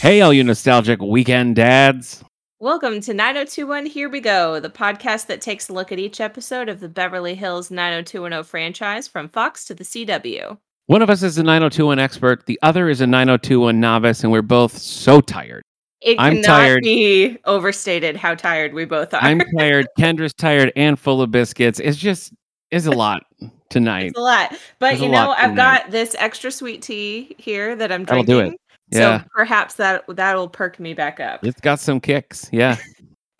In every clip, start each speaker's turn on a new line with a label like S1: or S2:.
S1: Hey, all you nostalgic weekend dads.
S2: Welcome to 9021 Here We Go, the podcast that takes a look at each episode of the Beverly Hills 90210 franchise from Fox to the CW.
S1: One of us is a 902 expert, the other is a 902 novice, and we're both so tired.
S2: It
S1: I'm
S2: cannot
S1: tired.
S2: be overstated how tired we both are.
S1: I'm tired. Kendra's tired and full of biscuits. It's just, it's a lot tonight.
S2: it's a lot. But
S1: There's a
S2: you know,
S1: lot
S2: I've
S1: in there.
S2: got this extra sweet tea here that I'm
S1: That'll
S2: drinking.
S1: do it. Yeah.
S2: So perhaps that that'll perk me back up.
S1: it's got some kicks. Yeah.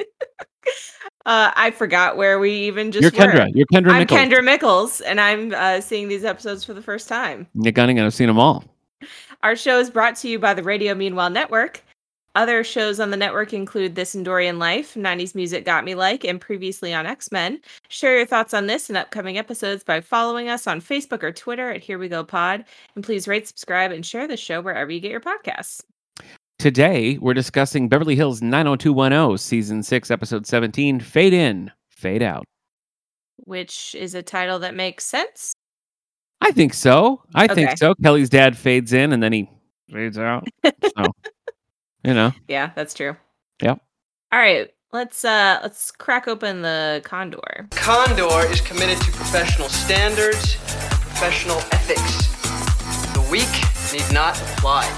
S2: Uh, I forgot where we even just
S1: You're
S2: were.
S1: Kendra. You're Kendra
S2: I'm
S1: Nichols.
S2: Kendra Mickles, and I'm uh, seeing these episodes for the first time.
S1: Nick Gunningham. I've seen them all.
S2: Our show is brought to you by the Radio Meanwhile Network. Other shows on the network include This Endorian Life, 90s Music Got Me Like, and previously on X Men. Share your thoughts on this and upcoming episodes by following us on Facebook or Twitter at Here We Go Pod. And please rate, subscribe, and share the show wherever you get your podcasts.
S1: Today, we're discussing Beverly Hills 90210, season six, episode 17 Fade In, Fade Out.
S2: Which is a title that makes sense.
S1: I think so. I
S2: Okay.
S1: think so. Kelly's dad fades in and then he fades out. So, you know,
S2: Yeah, that's true.
S1: Yep.
S2: All right, let's uh let's crack open the Condor.
S3: Condor is committed to professional standards, professional ethics. The weak need not apply.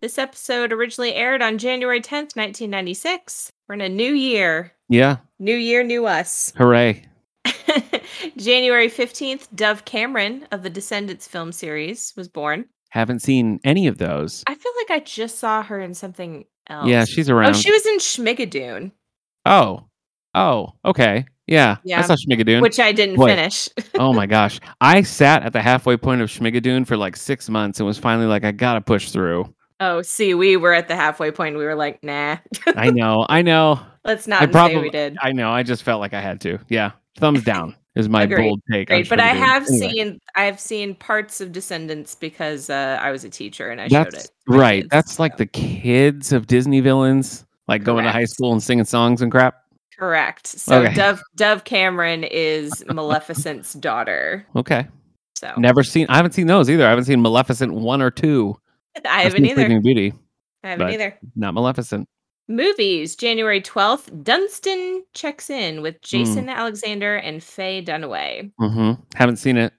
S2: This episode originally aired on January 10th, 1996. We're in a new year.
S1: yeah,
S2: New year, new us.
S1: hooray.
S2: January 15th, Dove Cameron of the Descendants film series was born.
S1: Haven't seen any of those.
S2: I feel like I just saw her in something else.
S1: Yeah, she's around.
S2: Oh, she was in Schmigadoon,
S1: oh, oh, okay. Yeah,
S2: Yeah.
S1: I saw Schmigadoon.
S2: which I didn't
S1: Wait.
S2: finish.
S1: oh my gosh. I sat at the halfway point of Schmigadoon for like six months and was finally like, I gotta push through.
S2: Oh, see, we were at the halfway point. We were like, nah,
S1: I know, I know,
S2: let's not
S1: I
S2: say we
S1: probably-
S2: did.
S1: I know. I just felt like I had to. Yeah, thumbs down is my
S2: Agreed.
S1: bold take. on
S2: Great, but I
S1: Schmigadoon.
S2: have
S1: Anyway.
S2: seen I've seen parts of Descendants because uh, I was a teacher and I showed
S1: That's
S2: it. to my
S1: right.
S2: kids,
S1: That's like
S2: so-
S1: the kids of Disney villains, like going to high
S2: Correct.
S1: school and singing songs and crap.
S2: Correct. So
S1: Okay.
S2: Dove Dove Cameron is Maleficent's daughter.
S1: Okay.
S2: So
S1: Never seen. I haven't seen those either. I haven't seen Maleficent one or two.
S2: I
S1: I've
S2: haven't
S1: seen
S2: either.
S1: Sleeping Beauty,
S2: I haven't
S1: but-
S2: either.
S1: not Maleficent.
S2: Movies, January 12th, Dunstan checks in with Jason Alexander and Faye Dunaway.
S1: hmm Haven't seen it.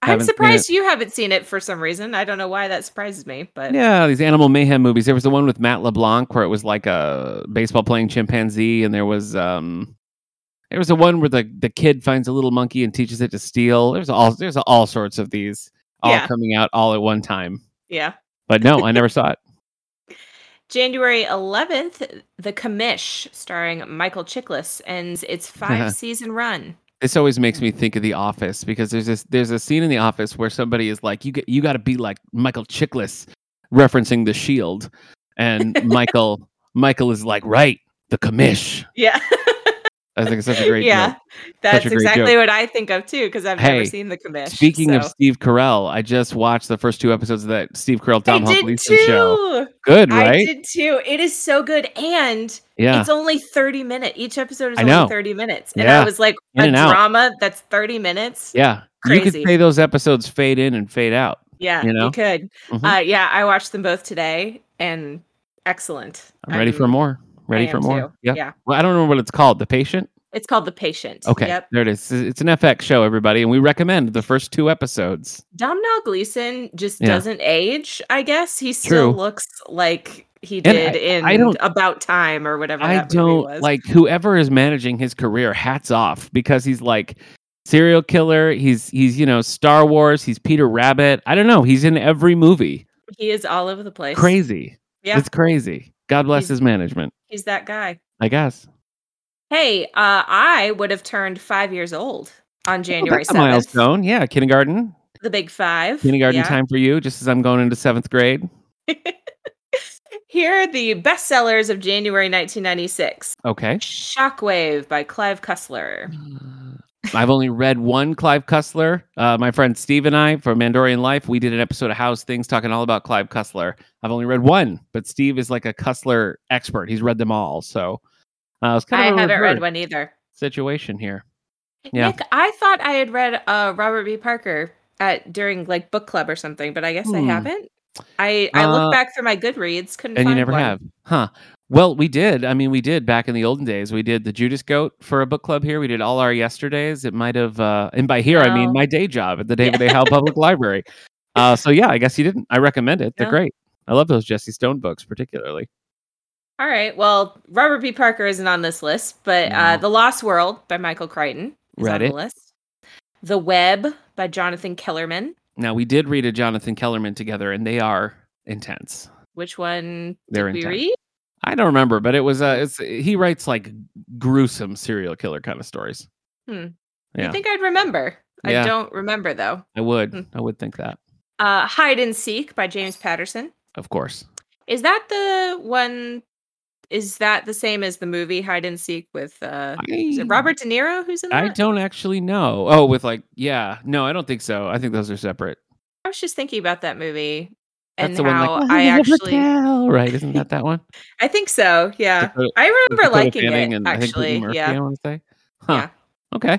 S2: I'm
S1: Haven't seen
S2: surprised you haven't seen it for some reason. I don't know why that surprises me, but
S1: Yeah, these animal mayhem movies. There was the one with Matt LeBlanc where it was like a baseball playing chimpanzee, and there was um, there was the one where the the kid finds a little monkey and teaches it to steal. There's all there's all sorts of these all
S2: Yeah.
S1: coming out all at one time.
S2: yeah.
S1: But no, I never saw it.
S2: January 11th, The Commish, starring Michael Chiklis, ends its five season run.
S1: this always makes me think of the office because there's this there's a scene in the office where somebody is like you get you got to be like michael chiklis referencing the shield and michael michael is like right the commish
S2: Yeah.
S1: i think it's such a great
S2: yeah.
S1: joke.
S2: That's
S1: a great
S2: exactly
S1: joke.
S2: what I think of too, because I've never
S1: Hey,
S2: seen The Commish.
S1: speaking of
S2: so-
S1: steve carell i just watched the first two episodes of that steve carell
S2: I
S1: tom
S2: did
S1: Humpleson show
S2: too.
S1: good
S2: I
S1: right
S2: did too. It is so good. And
S1: yeah
S2: it's only 30 minutes. Each episode is
S1: I
S2: only
S1: know.
S2: 30 minutes. And I
S1: Yeah.
S2: was like,
S1: In
S2: a
S1: and out.
S2: drama that's 30 minutes.
S1: yeah you
S2: Crazy.
S1: could say those episodes fade in and fade out
S2: Yeah,
S1: You
S2: you,
S1: know?
S2: could.
S1: Mhm.
S2: Uh, yeah, I watched them both today and excellent.
S1: i'm ready for more ready
S2: I
S1: for
S2: am
S1: more
S2: too.
S1: Yep.
S2: Yeah.
S1: well i don't remember what it's called the patient
S2: It's called The Patient.
S1: Okay,
S2: Yep.
S1: there it is. It's- It's an FX show, everybody, and we recommend the first two episodes.
S2: Domhnall Gleeson just
S1: Yeah.
S2: doesn't age, I guess. He
S1: True.
S2: still looks like he
S1: And I-
S2: did in
S1: I don't-
S2: About Time or whatever
S1: I
S2: that movie
S1: don't
S2: was.
S1: like whoever is managing his career. Hats off because he's like serial killer. He's he's you know Star Wars. He's Peter Rabbit. I don't know. He's in every movie.
S2: he is all over the place.
S1: Crazy.
S2: Yeah,
S1: It's crazy. God bless his
S2: He's-
S1: management.
S2: he's that guy.
S1: I guess.
S2: Hey, uh, I would have turned five years old on
S1: Oh,
S2: January
S1: that's a
S2: 7th.
S1: milestone. Yeah, kindergarten.
S2: the big five.
S1: Kindergarten
S2: yeah.
S1: time for you. Just as I'm going into seventh grade.
S2: Here are the bestsellers of January 1996
S1: Okay.
S2: Shockwave by Clive Cussler.
S1: Uh, I've only read one Clive Cussler. Uh, my friend Steve and I from Mandorian Life, we did an episode of House Things talking all about Clive Cussler. I've only read one, but Steve is like a Cussler expert. He's read them all. So uh, it's
S2: I
S1: kind of a
S2: haven't read
S1: reversed
S2: one either.
S1: situation here. Yeah.
S2: Nick, I thought I had read uh, Robert B. Parker at during like book club or something, but I guess I
S1: Hmm.
S2: haven't. I I
S1: Uh,
S2: looked back through my Goodreads, couldn't
S1: and you
S2: find
S1: never
S2: one.
S1: have huh well we did i mean we did back in the olden days we did the judas goat for a book club here we did all our yesterdays it might have uh and by here i mean
S2: No.
S1: my day job at the david
S2: Yeah.
S1: a howe public library uh so yeah i guess you didn't i recommend it they're
S2: No.
S1: great i love those jesse stone books particularly
S2: All right. Well, Robert B. Parker isn't on this list, but uh,
S1: No.
S2: The Lost World by Michael Crichton is
S1: Read
S2: on the
S1: it.
S2: list. The Web by Jonathan Kellerman.
S1: now we did read a jonathan kellerman together and they are intense
S2: Which one
S1: they're
S2: did we
S1: intense
S2: read?
S1: i don't remember but it was uh it's he writes like gruesome serial killer kind of stories
S2: Hmm.
S1: yeah
S2: I think I'd remember.
S1: Yeah.
S2: I don't remember though.
S1: i would
S2: Hmm.
S1: i would think that
S2: Uh, Hide and Seek by James Patterson.
S1: of course
S2: Is that the one? Is that the same as the movie Hide and Seek with uh, is it
S1: I-
S2: Robert De Niro? Who's in that?
S1: I
S2: I,
S1: don't actually know. Oh, with like, yeah, no, I don't think so. I think those are separate.
S2: was just thinking about that movie
S1: That's
S2: and
S1: the
S2: how
S1: one. Like,
S2: I actually.
S1: Hotel," right? Isn't that that one?
S2: I think so. Yeah,
S1: Dakota-
S2: I remember
S1: Dakota
S2: liking
S1: Fanning
S2: it
S1: and I think Brittany
S2: actually.
S1: Murphy,
S2: yeah,
S1: I want to say. Huh. Okay.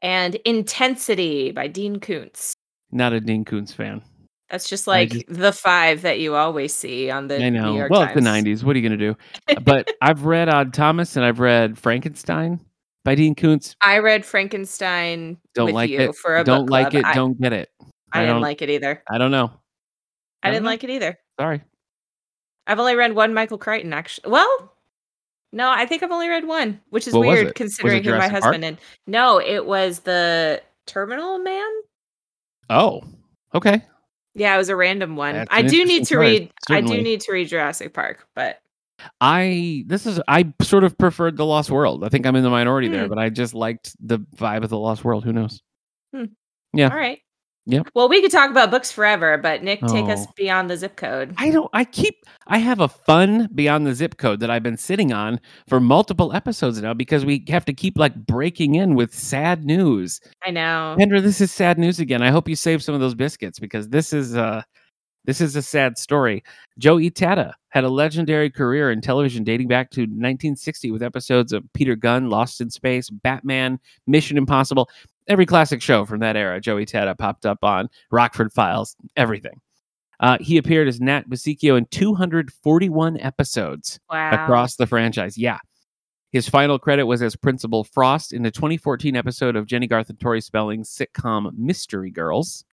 S2: and Intensity by Dean Koontz.
S1: Not a Dean Koontz fan.
S2: That's just
S1: I
S2: like
S1: just-
S2: the five that you always see on the.
S1: I
S2: New
S1: know.
S2: York
S1: Well, it's the
S2: Times.
S1: '90s. What are you gonna do? But I've read Odd Thomas and I've read Frankenstein by Dean Koontz.
S2: I read Frankenstein.
S1: Don't
S2: with
S1: like
S2: you
S1: it.
S2: For a book
S1: Don't like
S2: club.
S1: it.
S2: I,
S1: don't get it.
S2: I,
S1: I
S2: didn't
S1: don't-
S2: like it either.
S1: I don't know.
S2: I,
S1: I don't
S2: didn't
S1: know.
S2: like it either.
S1: Sorry.
S2: I've only read one Michael Crichton, actually. Well, no, I think I've only read one, which is
S1: What was it?
S2: weird
S1: Was it
S2: considering who my
S1: Jurassic Park?
S2: husband and no, it was the Terminal Man.
S1: Oh. Okay.
S2: Yeah, it was a random one.
S1: That's
S2: I
S1: an
S2: do need to
S1: interesting choice,
S2: read. I
S1: certainly.
S2: do need to read Jurassic Park, but
S1: I this is I sort of preferred the Lost World. I think I'm in the minority there,
S2: Hmm.
S1: but I just liked the vibe of the Lost World. Who knows? Yeah.
S2: all right.
S1: Yep.
S2: Well, we could talk about books forever, but Nick, take us
S1: Oh.
S2: beyond the zip code.
S1: I don't. I keep. I have a fun beyond the zip code that I've been sitting on for multiple episodes now because we have to keep like breaking in with sad news.
S2: I know.
S1: Kendra, this is sad news again. I hope you save some of those biscuits because this is uh this is a sad story. Joe Itata had a legendary career in television dating back to 1960 with episodes of Peter Gunn, Lost in Space, Batman, Mission Impossible, every classic show from that era. Joe Itata popped up on Rockford Files, everything. Uh, he appeared as Nat Basicchio in 241 episodes
S2: Wow.
S1: across the franchise. Yeah. His final credit was as Principal Frost in the 2014 episode of Jenny Garth and Tori Spelling's sitcom Mystery Girls.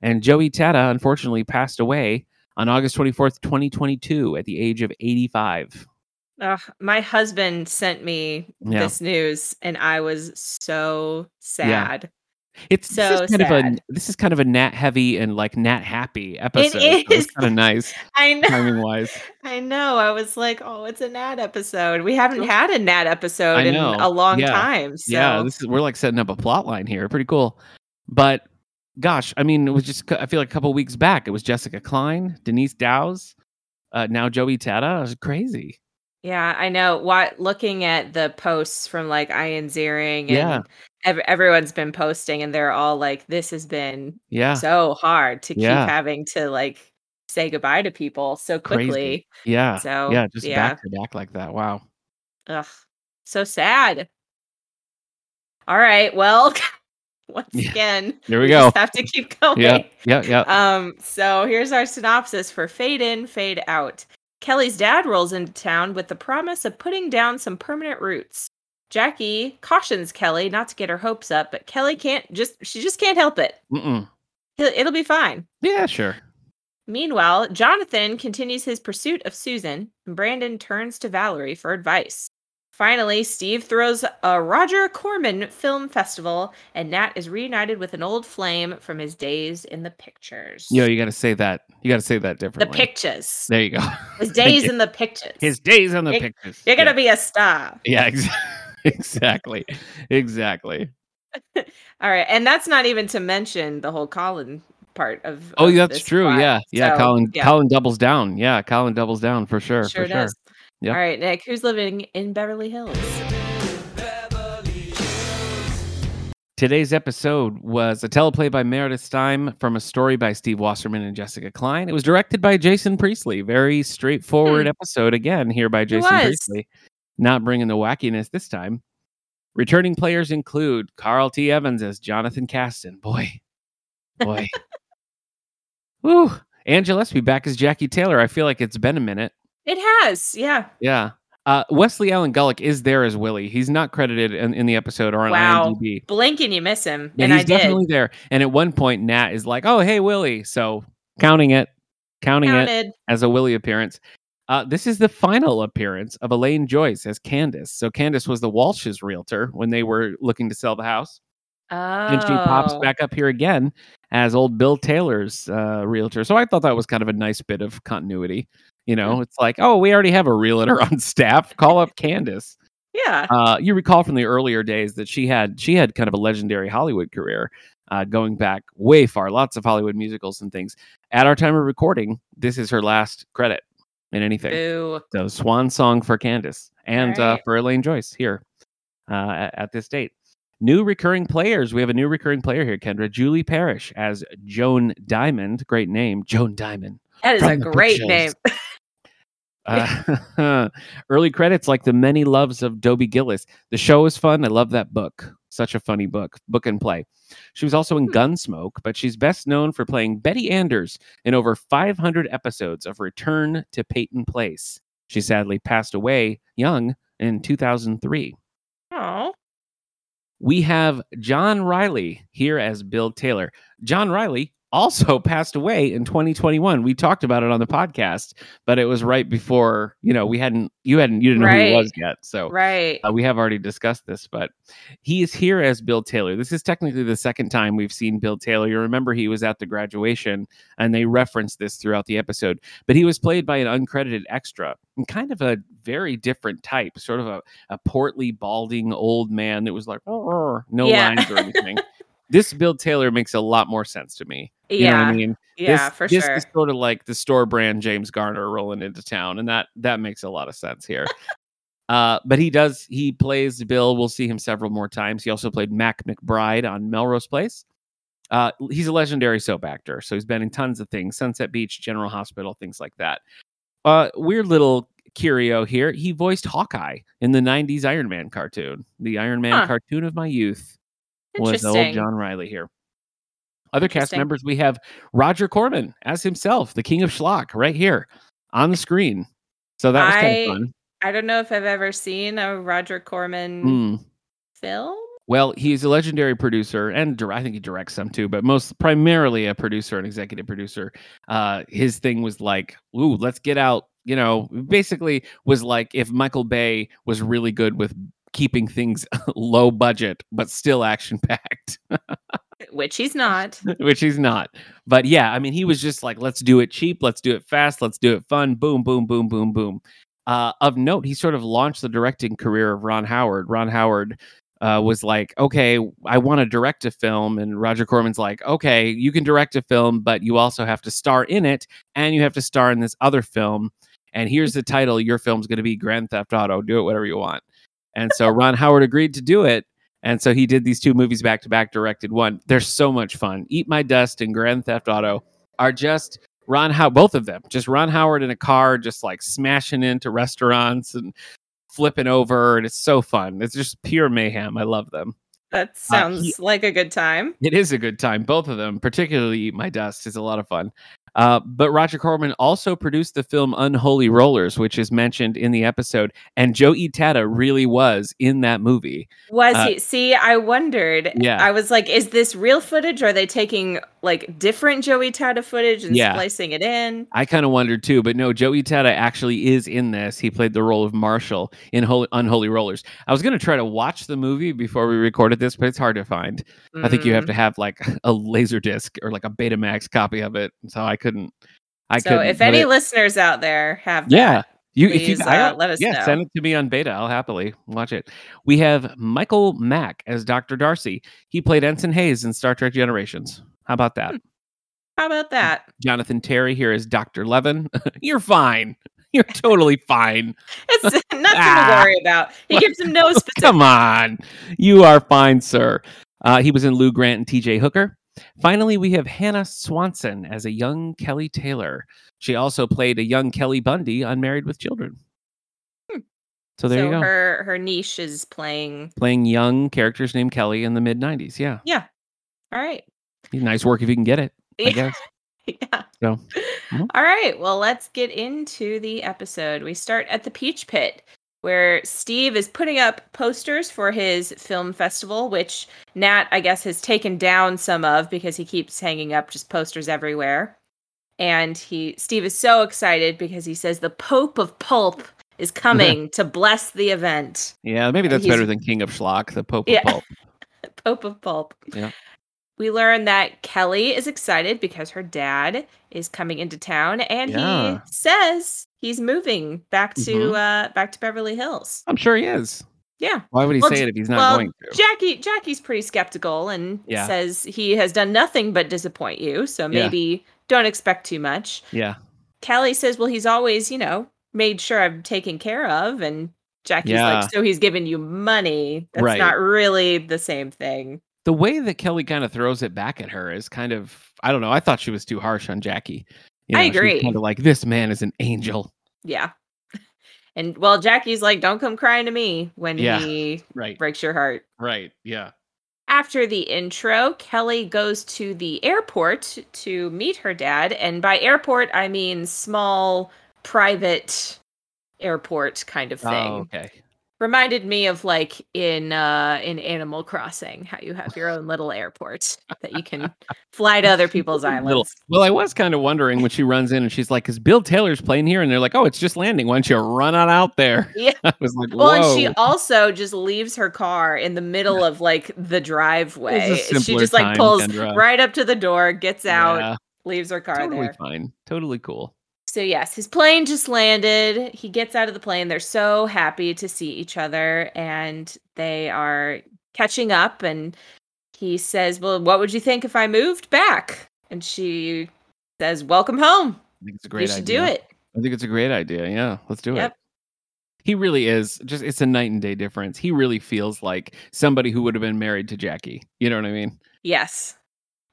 S1: And Joey Tata unfortunately passed away on August 24th, 2022, at the age of 85.
S2: Ugh, my husband sent me
S1: Yeah.
S2: this news, and I was so sad.
S1: It's this
S2: So
S1: is kind of a
S2: sad.
S1: this is kind of a Nat heavy and like Nat happy episode. so It's
S2: is.
S1: kind of nice
S2: I know.
S1: timing wise.
S2: I know. I was like, oh, it's a Nat episode. We haven't had a Nat episode
S1: I
S2: in
S1: know.
S2: a long
S1: Yeah.
S2: time. So
S1: Yeah, this is, we're like setting up a plot line here. Pretty cool. But gosh, I mean, it was just, I feel like a couple weeks back, it was Jessica Klein, Denise Dowse, uh, now Joey Tata. It was crazy.
S2: yeah, I know. What looking at the posts from like Ian Ziering and
S1: Yeah.
S2: ev- everyone's been posting and they're all like, this has been
S1: Yeah.
S2: so hard to
S1: Ah. Yeah.
S2: keep having to like say goodbye to people so
S1: Crazy.
S2: quickly.
S1: yeah.
S2: So
S1: yeah. Just
S2: yeah.
S1: back to back like that. Wow.
S2: Ugh. So sad. All right. Well, once
S1: Yeah.
S2: again,
S1: There we go.
S2: just have to keep going.
S1: Yeah. Uh, Yeah.
S2: Um, so here's our synopsis for Fade In, Fade Out. Kelly's dad rolls into town with the promise of putting down some permanent roots. Jackie cautions Kelly not to get her hopes up, but Kelly can't just she just can't help it.
S1: Mm-mm.
S2: He'll- It'll be fine.
S1: Yeah. Sure.
S2: Meanwhile, Jonathan continues his pursuit of Susan, and Brandon turns to Valerie for advice. Finally, Steve throws a Roger Corman film festival, and Nat is reunited with an old flame from his days in the pictures.
S1: Yo, you got to say that. You got to say that
S2: the
S1: differently.
S2: pictures.
S1: There you go.
S2: His
S1: Thank
S2: days
S1: you.
S2: in the pictures.
S1: His days on the
S2: You're-
S1: pictures.
S2: You're gonna be a star.
S1: Yeah. yeah exactly. exactly.
S2: All right, and that's not even to mention the whole Colin part of.
S1: Oh,
S2: of
S1: yeah, that's
S2: this
S1: true.
S2: plot.
S1: Yeah. Yeah.
S2: So,
S1: Colin
S2: yeah.
S1: Colin doubles down. Yeah. Colin doubles down for sure.
S2: sure
S1: for sure.
S2: does.
S1: Yeah.
S2: All right, Nick, who's living in Beverly Hills?
S1: Today's episode was a teleplay by Meredith Stein from a story by Steve Wasserman and Jessica Klein. It was directed by Jason Priestley. Very straightforward episode again here by Jason
S2: Hmm. was.
S1: Priestley. Not bringing the wackiness this time. Returning players include Carl T. Evans as Jonathan Caston. Boy, boy. Woo. Anne Gillespie back as Jackie Taylor. I feel like it's been a minute.
S2: It has, yeah.
S1: Yeah. Uh, Wesley Allen Gullick is there as Willie. He's not credited in, in the episode or on
S2: Wow.
S1: IMDb.
S2: Blink and you miss him,
S1: But
S2: and
S1: he's
S2: I did.
S1: definitely there. And at one point, Nat is like, "Oh, hey, Willie." So counting it, counting it
S2: Counted.
S1: as a Willie appearance. Uh, this is the final appearance of Elaine Joyce as Candace. So Candace was the Walsh's realtor when they were looking to sell the house,
S2: Oh.
S1: and she pops back up here again as old Bill Taylor's uh, realtor. So I thought that was kind of a nice bit of continuity. You know,
S2: Mm.
S1: it's like, oh, we already have a realtor on staff. Call up Candace
S2: Yeah.
S1: uh, you recall from the earlier days that she had she had kind of a legendary Hollywood career, uh, going back way far, lots of Hollywood musicals and things. At our time of recording, this is her last credit in anything.
S2: Boo.
S1: So swan song for Candace and uh,
S2: Alright.
S1: for Elaine Joyce here uh, at, at this date. New recurring players. We have a new recurring player here, Kendra. Julie Parrish as Joan Diamond. Great name, Joan Diamond.
S2: That is
S1: From
S2: a
S1: the
S2: great
S1: bookshelves.
S2: name.
S1: Uh, early credits like the many loves of Dobie Gillis. The show is fun. I love that book. Such a funny book, book and play. She was also in
S2: Hmm.
S1: Gunsmoke, but she's best known for playing Betty Anders in over 500 episodes of Return to Peyton Place. She sadly passed away young in 2003
S2: Oh,
S1: we have John Riley here as Bill Taylor. John Riley also passed away in 2021. We talked about it on the podcast, but it was right before, you know, we hadn't, you hadn't, you didn't know who he
S2: Right.
S1: was yet. So
S2: right.
S1: uh, we have already discussed this, but he is here as Bill Taylor. This is technically the second time we've seen Bill Taylor. You remember he was at the graduation and they referenced this throughout the episode, but he was played by an uncredited extra and kind of a very different type, sort of a, a portly, balding old man that was like, "Rrr, rrr," no
S2: Yeah.
S1: lines or anything. this Bill Taylor makes a lot more sense to me. You know what
S2: yeah.
S1: I mean?
S2: yeah,
S1: this,
S2: for
S1: this
S2: sure.
S1: is sort of like the store brand James Garner rolling into town, and that that makes a lot of sense here. uh, but he does he plays Bill. We'll see him several more times. He also played Mac McBride on Melrose Place. Uh, l- he's a legendary soap actor, so he's been in tons of things: Sunset Beach, General Hospital, things like that. Uh, weird little curio here. He voiced Hawkeye in the '90s Iron Man cartoon, the Iron Man
S2: Huh.
S1: cartoon of my youth was the old
S2: Interesting.
S1: John Riley here. Other cast
S2: Interesting.
S1: members, we have Roger Corman as himself, the King of Schlock, right here on the screen. So that was kind
S2: I-
S1: of fun.
S2: I don't know if I've ever seen a Roger Corman
S1: Mm.
S2: film.
S1: Well, he's a legendary producer and dir- I think he directs some too, but most primarily a producer and executive producer. Uh, his thing was like, "Ooh, let's get out." You know, basically was like if Michael Bay was really good with keeping things low budget but still action packed.
S2: Which he's not.
S1: which he's not. But yeah, I mean, he was just like, let's do it cheap, let's do it fast, let's do it fun. Boom, boom, boom, boom, boom. Uh, of note, he sort of launched the directing career of Ron Howard. Ron Howard uh, was like, okay, I want to direct a film. And Roger Corman's like, okay, you can direct a film, but you also have to star in it and you have to star in this other film. And here's the title your film's going to be Grand Theft Auto. Do it whatever you want. And so Ron Howard agreed to do it. And so he did these two movies back to back, directed one. They're so much fun. Eat My Dust and Grand Theft Auto are just Ron Howard, both of them, just Ron Howard in a car, just like smashing into restaurants and flipping over. And it's so fun. It's just pure mayhem. I love them.
S2: That
S1: Uh,
S2: sounds
S1: he-
S2: like a good time.
S1: It is a good time. Both of them, particularly Eat My Dust, is a lot of fun. Uh, but Roger Corman also produced the film Unholy Rollers, which is mentioned in the episode. And Joe Itata really was in that movie.
S2: Was
S1: Uh,
S2: he? See, I wondered.
S1: Yeah.
S2: I was like, is this real footage? Are they taking like different Joey Tata footage and
S1: Yeah.
S2: splicing it in?
S1: I kind of wondered too, but no, Joey Tata actually is in this. He played the role of Marshall in Hol- Unholy Rollers. I was going to try to watch the movie before we recorded this, but it's hard to find. I think you have
S2: Mm.
S1: to have like a laser disc or like a Betamax copy of it. So I couldn't. I
S2: so,
S1: couldn't,
S2: if
S1: but
S2: any
S1: it-
S2: listeners out there have, that,
S1: yeah, you if you
S2: please,
S1: I-
S2: uh, let us
S1: yeah,
S2: know.
S1: send it to me on beta. I'll happily watch it. We have Michael Mack as Doctor Darcy. He played Ensign Hayes in Star Trek Generations. How about that?
S2: how
S1: Mm.
S2: about that?
S1: Jonathan Terry here is Dr. Levin. You're fine. You're totally fine.
S2: It's nothing
S1: Ah.
S2: to worry about. He gives him no specific.
S1: Come on. You are fine, sir. Uh, he was in Lou Grant and TJ Hooker. Finally, we have Hannah Swanson as a young Kelly Taylor. She also played a young Kelly Bundy on Married with Children.
S2: Hmm.
S1: So there
S2: so
S1: you go.
S2: her her niche is playing.
S1: Playing young characters named Kelly in the mid 90s. Yeah.
S2: All right.
S1: Nice work if you can get it, I
S2: Yeah.
S1: guess.
S2: yeah.
S1: So, mhm.
S2: All right. Well, let's get into the episode. We start at the Peach Pit, where Steve is putting up posters for his film festival, which Nat, I guess, has taken down some of because he keeps hanging up just posters everywhere. And he, Steve is so excited because he says the Pope of Pulp is coming to bless the event.
S1: Yeah, maybe
S2: And
S1: that's
S2: he's-
S1: better than King of Schlock, the Pope
S2: Yeah.
S1: of Pulp.
S2: Pope of Pulp.
S1: Yeah.
S2: We learn that Kelly is excited because her dad is coming into town and
S1: Yeah. Mm-hmm.
S2: he says he's moving back to uh back to Beverly Hills.
S1: I'm sure he is.
S2: Yeah.
S1: Why would he
S2: Well,
S1: say
S2: j-
S1: it if he's not
S2: well,
S1: going to?
S2: Jackie Jackie's pretty skeptical and
S1: Yeah.
S2: says he has done nothing but disappoint you, so
S1: Yeah.
S2: maybe don't expect too much.
S1: Yeah.
S2: Kelly says, "Well, he's always, you know, made sure I'm taken care of." And Jackie's
S1: Yeah.
S2: like, "So he's given you money. That's
S1: Right.
S2: not really the same thing."
S1: The way that Kelly kind of throws it back at her is kind of I don't know. I thought she was too harsh on Jackie. You
S2: I
S1: she was
S2: agree.
S1: Kind of like this man is an angel.
S2: Yeah. And well, Jackie's like, don't come crying to me when
S1: Yeah.
S2: he
S1: Right.
S2: breaks your heart.
S1: Right. Yeah.
S2: After the intro, Kelly goes to the airport to meet her dad. And by airport, I mean small, private airport kind of thing.
S1: Oh, okay.
S2: Reminded me of like in uh in Animal Crossing, how you have your own little airport that you can fly to other people's
S1: Little-
S2: islands.
S1: Well, I was kind of wondering when she runs in and she's like, "Is Bill Taylor's plane here?" And they're like, "Oh, it's just landing. Why don't you run on out there?"
S2: Yeah.
S1: I was like, "Whoa."
S2: Well, Oh, and she also just leaves her car in the middle of like the driveway. She
S1: simpler
S2: just like
S1: time,
S2: pulls
S1: Kendra.
S2: right up to the door, gets out,
S1: Yeah,
S2: leaves her car
S1: totally
S2: there.
S1: fine. Totally cool.
S2: So, yes, his plane just landed. He gets out of the plane. They're so happy to see each other and they are catching up. And he says, Well, what would you think if I moved back? And she says, Welcome home.
S1: I think it's a
S2: you
S1: great
S2: should
S1: idea.
S2: do it.
S1: I think it's a great idea. Yeah, let's do
S2: Yep.
S1: it. He really is just it's a night and day difference. He really feels like somebody who would have been married to Jackie. You know what I mean?
S2: Yes.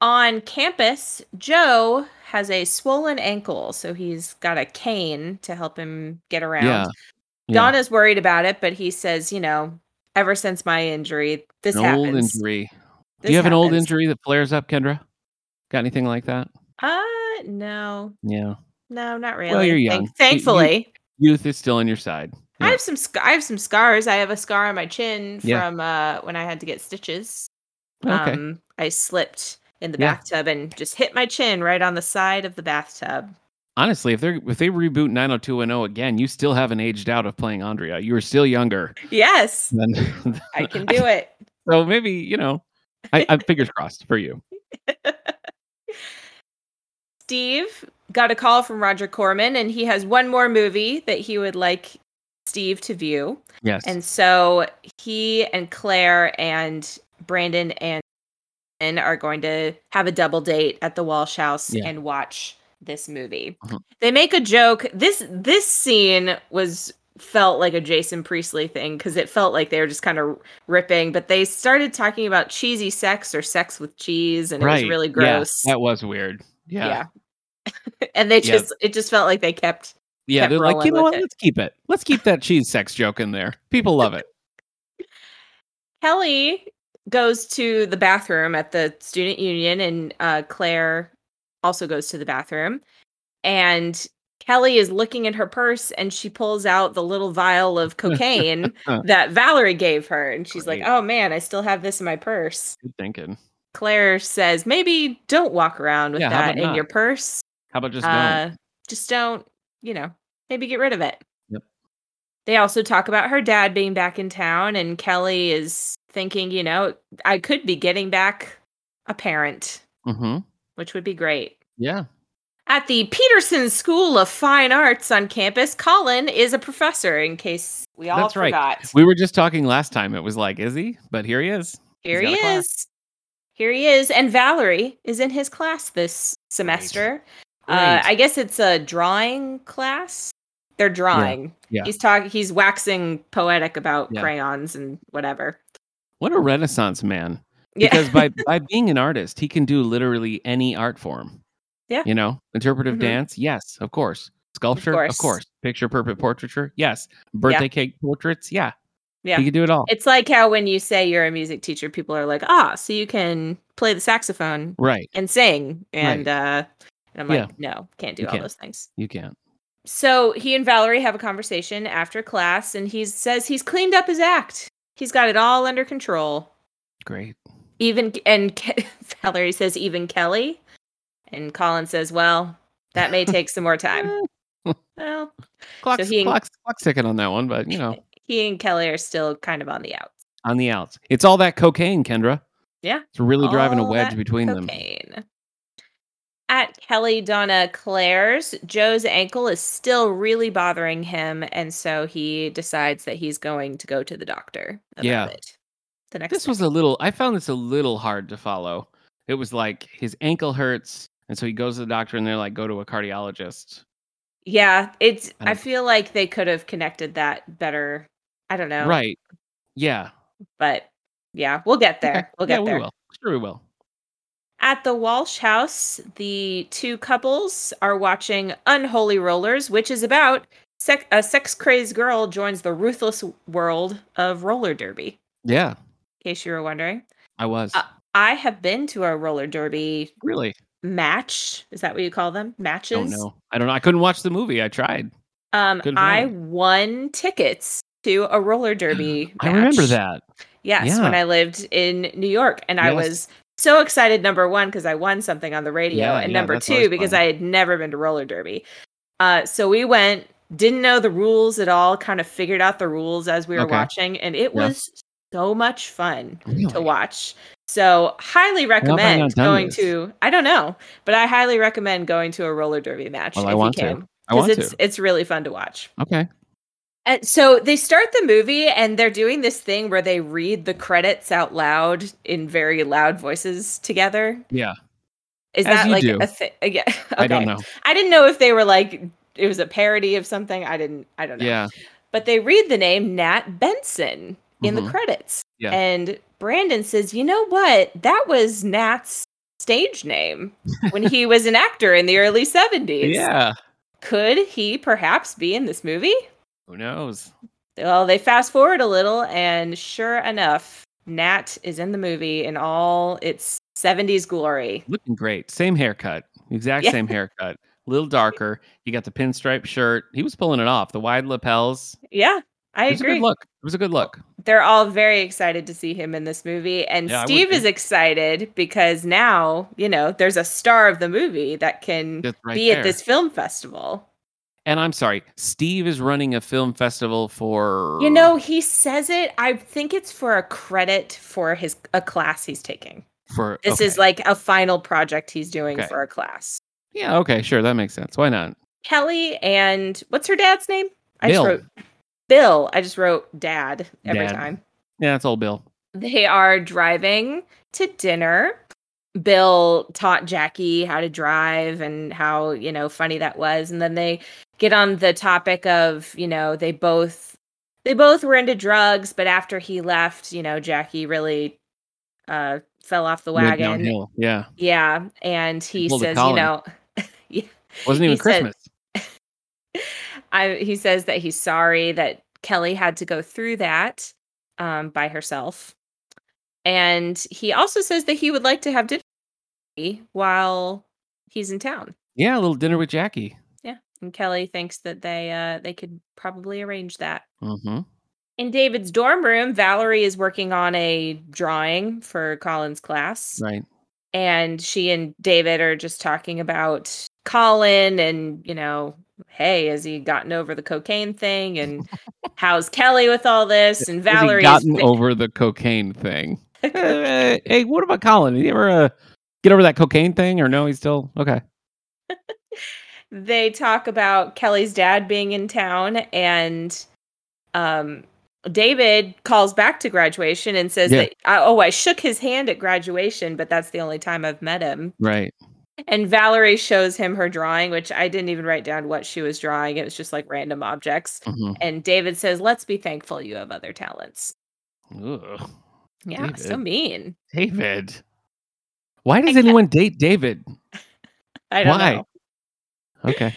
S2: On campus, Joe has a swollen ankle, so he's got a cane to help him get around.
S1: Yeah. Yeah.
S2: Donna's worried about it, but he says, you know, ever since my injury, this
S1: an
S2: happens.
S1: old injury.
S2: This
S1: do you have an old
S2: happens."
S1: injury that flares up, Kendra? Got anything like that?
S2: Uh, no.
S1: Yeah.
S2: No, not really.
S1: Well, you're
S2: Thank-
S1: young. You- you-
S2: thankfully,
S1: Youth is still on your side.
S2: I
S1: yeah.
S2: have some sc- I have some scars. I have a scar on my chin
S1: Yeah.
S2: from uh when I had to get stitches.
S1: Okay.
S2: Um I slipped in the
S1: Yeah.
S2: bathtub and just hit my chin right on the side of the bathtub.
S1: Honestly, if they're if they reboot 90210 again, you still haven't aged out of playing Andrea. You are still younger
S2: Yes,
S1: than
S2: I can do it.
S1: so maybe, you know, I, I fingers crossed for you.
S2: Steve got a call from Roger Corman, and he has one more movie that he would like Steve to view.
S1: Yes.
S2: And so he and Claire and Brandon and and are going to have a double date at the Walsh house
S1: Yeah.
S2: and watch this movie.
S1: Uh-huh.
S2: They make a joke. This this scene was felt like a Jason Priestley thing because it felt like they were just kind of ripping, but they started talking about cheesy sex or sex with cheese, and it was really
S1: yeah,
S2: gross.
S1: that was weird. Yeah. Yeah.
S2: and they
S1: Yeah.
S2: just it just felt like they kept kept
S1: they're like,
S2: rolling
S1: you know
S2: with
S1: what?
S2: it."
S1: Let's keep it. Let's keep that cheese sex joke in there. People love it.
S2: Kelly goes to the bathroom at the student union, and uh, Claire also goes to the bathroom. And Kelly is looking at her purse, and she pulls out the little vial of cocaine that Valerie gave her, and she's like,
S1: Great.
S2: "Oh man, I still have this in my purse."
S1: Good thinking.
S2: Claire says, "Maybe don't walk around with
S1: Yeah, how
S2: that
S1: about
S2: in
S1: not?
S2: your purse.
S1: How about just
S2: uh, just don't, you know, maybe get rid of it.
S1: Yep.
S2: They also talk about her dad being back in town, and Kelly is thinking, you know, I could be getting back a parent,
S1: no? hmm
S2: which would be great.
S1: Yeah.
S2: At the Peterson School of Fine Arts on campus, Colin is a professor, in case we all
S1: That's right.
S2: forgot.
S1: We were just talking last time. It was like, is he? But here he is.
S2: Here
S1: He's
S2: he
S1: got a class.
S2: is. Here he is. And Valerie is in his class this semester. Uh,
S1: Great.
S2: I guess it's a drawing class. They're drawing.
S1: yeah.
S2: He's talking. He's waxing poetic about
S1: Yeah.
S2: crayons and whatever.
S1: What a renaissance man.
S2: Yeah.
S1: Because by by being an artist, he can do literally any art form.
S2: Yeah.
S1: You know, interpretive
S2: Mhm.
S1: dance, yes, of course. Sculpture, of course.
S2: course.
S1: Picture perfect portraiture, yes. Birthday cake portraits, yeah.
S2: Yeah.
S1: He can do it all.
S2: it's like how when you say you're a music teacher, people are like, ah, so you can play the saxophone
S1: Right.
S2: and sing and uh, And I'm like, no, can't do
S1: You
S2: all
S1: can't.
S2: those things.
S1: You can't.
S2: So he and Valerie have a conversation after class, and he says he's cleaned up his act. He's got it all under control.
S1: Great.
S2: Even and Ke- Valerie says even Kelly, and Colin says, "Well, that may take some more time." Well,
S1: Clock's,
S2: he-
S1: clock's, clock's ticking on that one, but you know,
S2: he and Kelly are still kind of on the outs.
S1: on the outs. It's all that cocaine, Kendra.
S2: Yeah.
S1: It's really driving a
S2: All
S1: wedge
S2: that
S1: between them.
S2: Cocaine. At Kelly Donna Claire's, Joe's ankle is still really bothering him, and so he decides that he's going to go to the doctor. About
S1: Yeah.
S2: it. The next
S1: This was a little, I found this a little hard to follow. It was like his ankle hurts. And so he goes to the doctor and they're like, go to a cardiologist.
S2: Yeah, it's.
S1: I
S2: I
S1: don't-
S2: feel like they could have connected that better. I don't know,
S1: Right. Yeah.
S2: But yeah, we'll get there.
S1: Okay.
S2: We'll get
S1: yeah,
S2: there.
S1: We will. Sure, we will.
S2: At the Walsh house, the two couples are watching Unholy Rollers, which is about sec- a sex-crazed girl joins the ruthless world of roller derby.
S1: Yeah.
S2: In case you were wondering,
S1: I was.
S2: Uh, I have been to a roller derby
S1: really?
S2: match. Is that what you call them? Matches.
S1: Don't know. I don't know. I couldn't watch the movie. I tried.
S2: Um,
S1: Good
S2: I
S1: lord.
S2: won tickets to a roller derby.
S1: I remember
S2: match.
S1: that.
S2: Yes, when I lived in New York. And I
S1: Yes.
S2: was so excited, number one, because I won something on the radio,
S1: Yeah,
S2: and
S1: yeah,
S2: number
S1: that's always
S2: two, because
S1: fun.
S2: I had never been to roller derby. Uh, so we went, didn't know the rules at all, kind of figured out the rules as we were
S1: Okay.
S2: watching, and it
S1: Yeah.
S2: was so much fun
S1: Really?
S2: to watch. So highly
S1: have I
S2: recommend
S1: not done
S2: going
S1: this?
S2: to I don't know, but I highly recommend going to a roller derby match
S1: Well,
S2: if
S1: I want
S2: you can.
S1: to. I want
S2: it's
S1: to.
S2: it's really fun to watch.
S1: Okay.
S2: And so they start the movie and they're doing this thing where they read the credits out loud in very loud voices together.
S1: Yeah.
S2: Is
S1: As
S2: that
S1: you
S2: like
S1: do.
S2: a thing? Yeah. Okay.
S1: I don't know.
S2: I didn't know if they were like it was a parody of something. I didn't I don't know.
S1: Yeah.
S2: But they read the name Nat Benson in
S1: Mhm.
S2: the credits.
S1: Yeah.
S2: And Brandon says, "You know what? That was Nat's stage name when he was an actor in the early 70s.
S1: Yeah.
S2: Could he perhaps be in this movie?"
S1: Who knows?
S2: Well, they fast forward a little, and sure enough, Nat is in the movie in all its 70s glory.
S1: Looking great. Same haircut. Exact
S2: Yeah.
S1: same haircut. A little darker. He got the pinstripe shirt. He was pulling it off. The wide lapels.
S2: Yeah, I
S1: it was a
S2: agree. Oh,
S1: good look. It was a good look.
S2: They're all very excited to see him in this movie, and
S1: Yeah, I would
S2: Steve
S1: be.
S2: is excited because now, you know, there's a star of the movie that can
S1: That's right
S2: be
S1: there.
S2: at this film festival.
S1: And I'm sorry. Steve is running a film festival for
S2: You know, he says it, I think it's for a credit for his a class he's taking.
S1: for
S2: This is
S1: okay.
S2: like a final project he's doing
S1: Okay.
S2: for a class.
S1: Yeah, okay, sure. That makes sense. Why not?
S2: Kelly and what's her dad's name? I
S1: Bill.
S2: just wrote Bill. I just wrote dad every
S1: Dad.
S2: time.
S1: Yeah, that's old Bill.
S2: They are driving to dinner. Bill taught Jackie how to drive and how, you know, funny that was. And then they get on the topic of, you know, they both they both were into drugs, but after he left, you know, Jackie really uh fell off the
S1: Went
S2: wagon.
S1: downhill. Yeah.
S2: Yeah. And he
S1: pulled a
S2: says, you
S1: Colin.
S2: know,
S1: Wasn't
S2: He
S1: even
S2: said-
S1: Christmas.
S2: I, he says that he's sorry that Kelly had to go through that um, by herself. And he also says that he would like to have dinner with Kelly while he's in town.
S1: yeah, a little dinner with Jackie.
S2: And Kelly thinks that they uh, they could probably arrange that.
S1: Mm-hmm.
S2: In David's dorm room, Valerie is working on a drawing for Colin's class.
S1: Right.
S2: and she and David are just talking about Colin and you know, hey, has he gotten over the cocaine thing? And how's Kelly with all this? And
S1: Has he
S2: Valerie's
S1: gotten
S2: fi-
S1: over the cocaine thing. Uh, hey, what about Colin? Did he ever uh, get over that cocaine thing, or no? He's still okay.
S2: they talk about Kelly's dad being in town, and um, David calls back to graduation and says
S1: Yeah.
S2: that oh, I shook his hand at graduation, but that's the only time I've met him.
S1: Right.
S2: And Valerie shows him her drawing, which I didn't even write down what she was drawing. It was just like random objects.
S1: Mhm.
S2: And David says, "Let's be thankful you have other talents."
S1: Ugh.
S2: Yeah, so
S1: David.
S2: mean.
S1: David. Why does
S2: can't-
S1: anyone date David?
S2: I don't
S1: Why?
S2: know.
S1: Okay.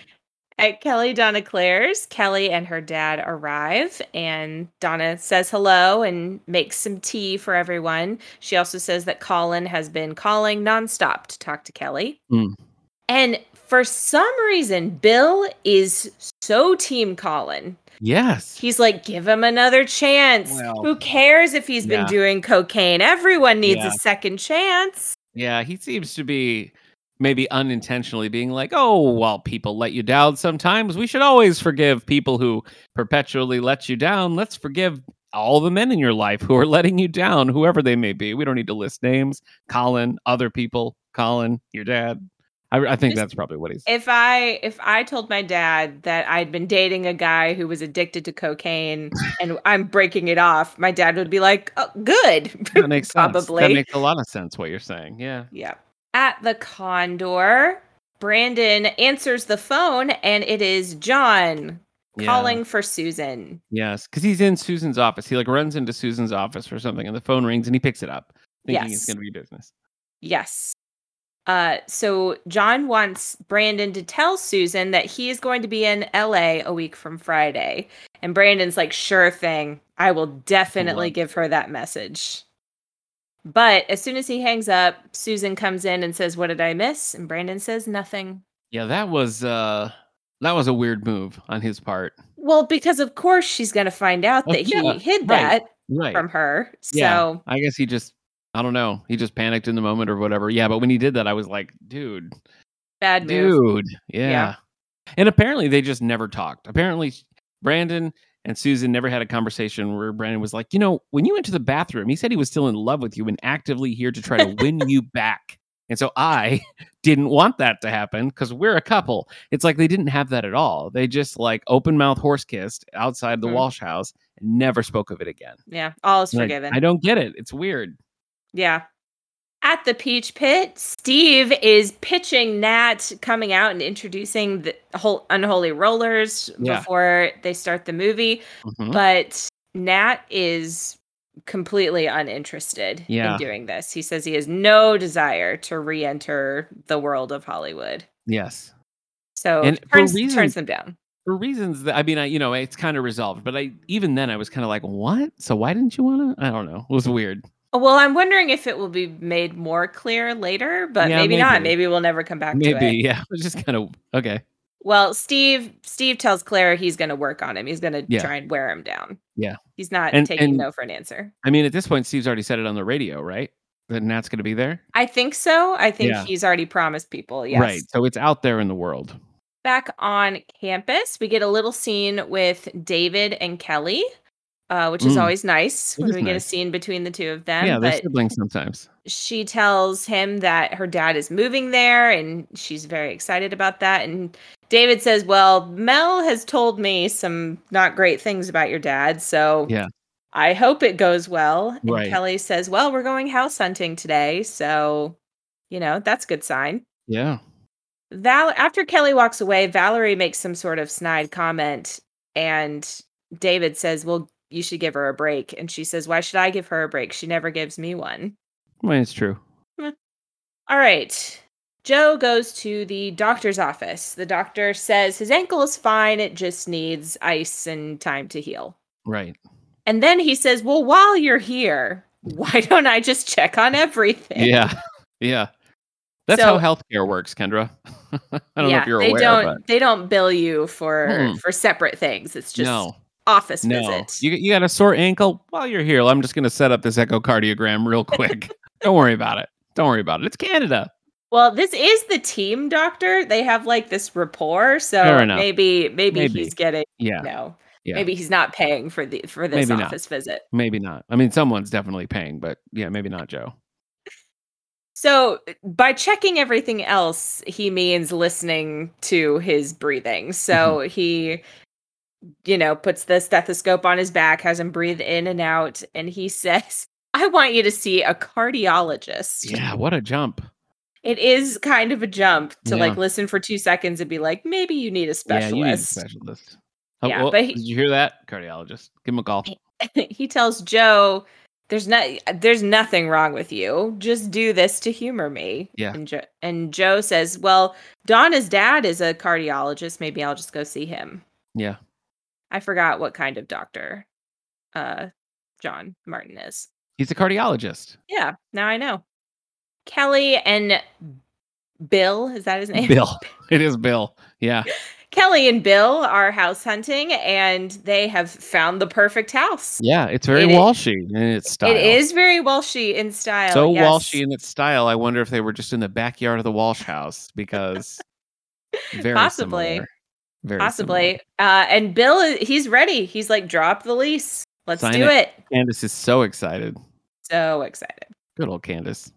S2: At Kelly Donna Claire's, Kelly and her dad arrive, and Donna says hello and makes some tea for everyone. She also says that Colin has been calling nonstop to talk to Kelly.
S1: Mm.
S2: And for some reason, Bill is so team Colin.
S1: Yes.
S2: He's like, give him another chance.
S1: Well,
S2: Who cares if he's been
S1: yeah.
S2: doing cocaine? Everyone needs
S1: Yeah.
S2: a second chance.
S1: Yeah, he seems to be maybe unintentionally being like, "Oh, while people let you down sometimes, we should always forgive people who perpetually let you down. Let's forgive all the men in your life who are letting you down, whoever they may be. We don't need to list names. Colin, other people, Colin, your dad. I, I think
S2: Just-
S1: that's probably what he's.
S2: If I if I told my dad that I'd been dating a guy who was addicted to cocaine and I'm breaking it off, my dad would be like, oh, "Good."
S1: That makes sense. That
S2: probably.
S1: makes a lot of sense. What you're saying, yeah.
S2: Yeah. At the Condor, Brandon answers the phone and it is John
S1: Yeah.
S2: calling for Susan.
S1: Yes, because he's in Susan's office. He like runs into Susan's office or something, and the phone rings, and he picks it up, thinking it's
S2: Yes.
S1: going to be business.
S2: Yes. Uh, so John wants Brandon to tell Susan that he is going to be in LA a week from Friday. And Brandon's like, sure thing. I will definitely
S1: love
S2: give her that message. But as soon as he hangs up, Susan comes in and says, What did I miss? And Brandon says, Nothing.
S1: Yeah, that was uh that was a weird move on his part.
S2: Well, because of course she's going to find out
S1: Of
S2: that he
S1: course,
S2: hid
S1: Oh, right.
S2: that.
S1: Right.
S2: from her. So
S1: Yeah. I guess he just I don't know. He just panicked in the moment or whatever. Yeah, but when he did that, I was like, dude,
S2: bad move.
S1: dude. Yeah. And apparently they just never talked. Apparently sh- Brandon and Susan never had a conversation where Brandon was like, you know, when you went to the bathroom, he said he was still in love with you and actively here to try to win you back. And so I didn't want that to happen because we're a couple. It's like they didn't have that at all. They just like open mouth horse kissed outside the
S2: Mhm.
S1: Walsh house and never spoke of it again.
S2: Yeah, all is
S1: And I-
S2: forgiven.
S1: I don't get it. It's weird.
S2: yeah. At the Peach Pit, Steve is pitching Nat coming out and introducing the whole Unholy Rollers
S1: Yeah.
S2: before they start the movie,
S1: Mhm.
S2: but Nat is completely uninterested
S1: Yeah.
S2: in doing this. He says he has no desire to re-enter the world of Hollywood.
S1: Yes.
S2: So
S1: And for
S2: turns
S1: reasons-
S2: turns them down.
S1: for reasons that I mean, I you know, it's kind of resolved, but I even then I was kind of like, what? So why didn't you want to? I don't know. It was weird.
S2: Well, I'm wondering if it will be made more clear later, but
S1: Yeah,
S2: maybe, not.
S1: maybe.
S2: Maybe we'll never come back to it.
S1: Maybe yeah. It was just kind of okay.
S2: Well, Steve Steve tells Claire he's going to work on him. He's going to
S1: Yeah.
S2: try and wear him down.
S1: Yeah.
S2: He's not
S1: And-
S2: taking
S1: and-
S2: no for an answer.
S1: I mean, at this point, Steve's already said it on the radio, right? That Nat's going to be there,
S2: I think so. I think
S1: Yeah.
S2: he's already promised people. Yes.
S1: right? So it's out there in the world.
S2: Back on campus, we get a little scene with David and Kelly, uh, which is
S1: Mm.
S2: always nice
S1: It
S2: when
S1: is
S2: we get a
S1: nice.
S2: scene between the two of them.
S1: yeah, they're
S2: but
S1: siblings sometimes.
S2: she tells him that her dad is moving there and she's very excited about that. And David says, Well, Mel has told me some not great things about your dad. So
S1: Yeah.
S2: I hope it goes well. And
S1: Right.
S2: Kelly says, Well, we're going house hunting today. So, you know, that's a good sign.
S1: Yeah,
S2: Val after Kelly walks away, Valerie makes some sort of snide comment and David says, Well, you should give her a break. And she says, Why should I give her a break? She never gives me one.
S1: well, it's true.
S2: All right. Joe goes to the doctor's office. The doctor says his ankle is fine, it just needs ice and time to heal.
S1: Right.
S2: And then he says, Well, while you're here, why don't I just check on everything?
S1: Yeah, yeah. That's
S2: So-
S1: how healthcare works, Kendra. I don't know if you're
S2: they
S1: aware,
S2: don't
S1: but
S2: they don't bill you for
S1: Mm-mm.
S2: for separate things. It's just
S1: no,
S2: office
S1: no.
S2: visit.
S1: You you got a sore ankle while you're here. I'm just going to set up this echocardiogram real quick. don't worry about it. Don't worry about it. It's Canada.
S2: well, this is the team doctor. They have like this rapport,
S1: Fair
S2: so
S1: enough.
S2: maybe, maybe
S1: Maybe.
S2: he's getting
S1: Yeah.
S2: no.
S1: Yeah.
S2: Maybe he's not paying for the for this
S1: Maybe not.
S2: office visit.
S1: Maybe not. I mean, someone's definitely paying, but yeah, maybe not Joe.
S2: So, uh, by checking everything else, he means listening to his
S1: Mm-hmm.
S2: breathing. So, he, you know, puts the stethoscope on his back, has him breathe in and out, and he says, I want you to see a cardiologist.
S1: Yeah, what a jump.
S2: It is kind of a jump to like
S1: Yeah.
S2: listen for two seconds and be like, maybe you need a
S1: Yeah, you need a
S2: specialist.
S1: specialist. Oh,
S2: Yeah,
S1: well,
S2: but he-
S1: did you hear that? Cardiologist. Give him a call.
S2: he tells Joe, "There's not, there's nothing wrong with you. Just do this to humor me."
S1: Yeah.
S2: And, jo- and Joe says, "Well, Donna's dad is a cardiologist. Maybe I'll just go see him."
S1: Yeah.
S2: I forgot what kind of doctor, uh, John Martin is.
S1: He's a cardiologist.
S2: Yeah. Now I know. Kelly and Bill, is that his name?
S1: Bill. It is Bill. Yeah.
S2: Kelly and Bill are house hunting and they have found the perfect house.
S1: Yeah. It's very
S2: It is-
S1: Walshy in its style.
S2: It is very Walshy in style.
S1: So
S2: yes.
S1: Walshy in its style. I wonder if they were just in the backyard of the Walsh house because very
S2: Possibly.
S1: similar. Very
S2: Possibly. Uh, and Bill, is- he's ready. He's like, drop the lease. Let's
S1: Sign
S2: do it.
S1: Similar. Candace is so excited.
S2: So excited.
S1: Good old Candace.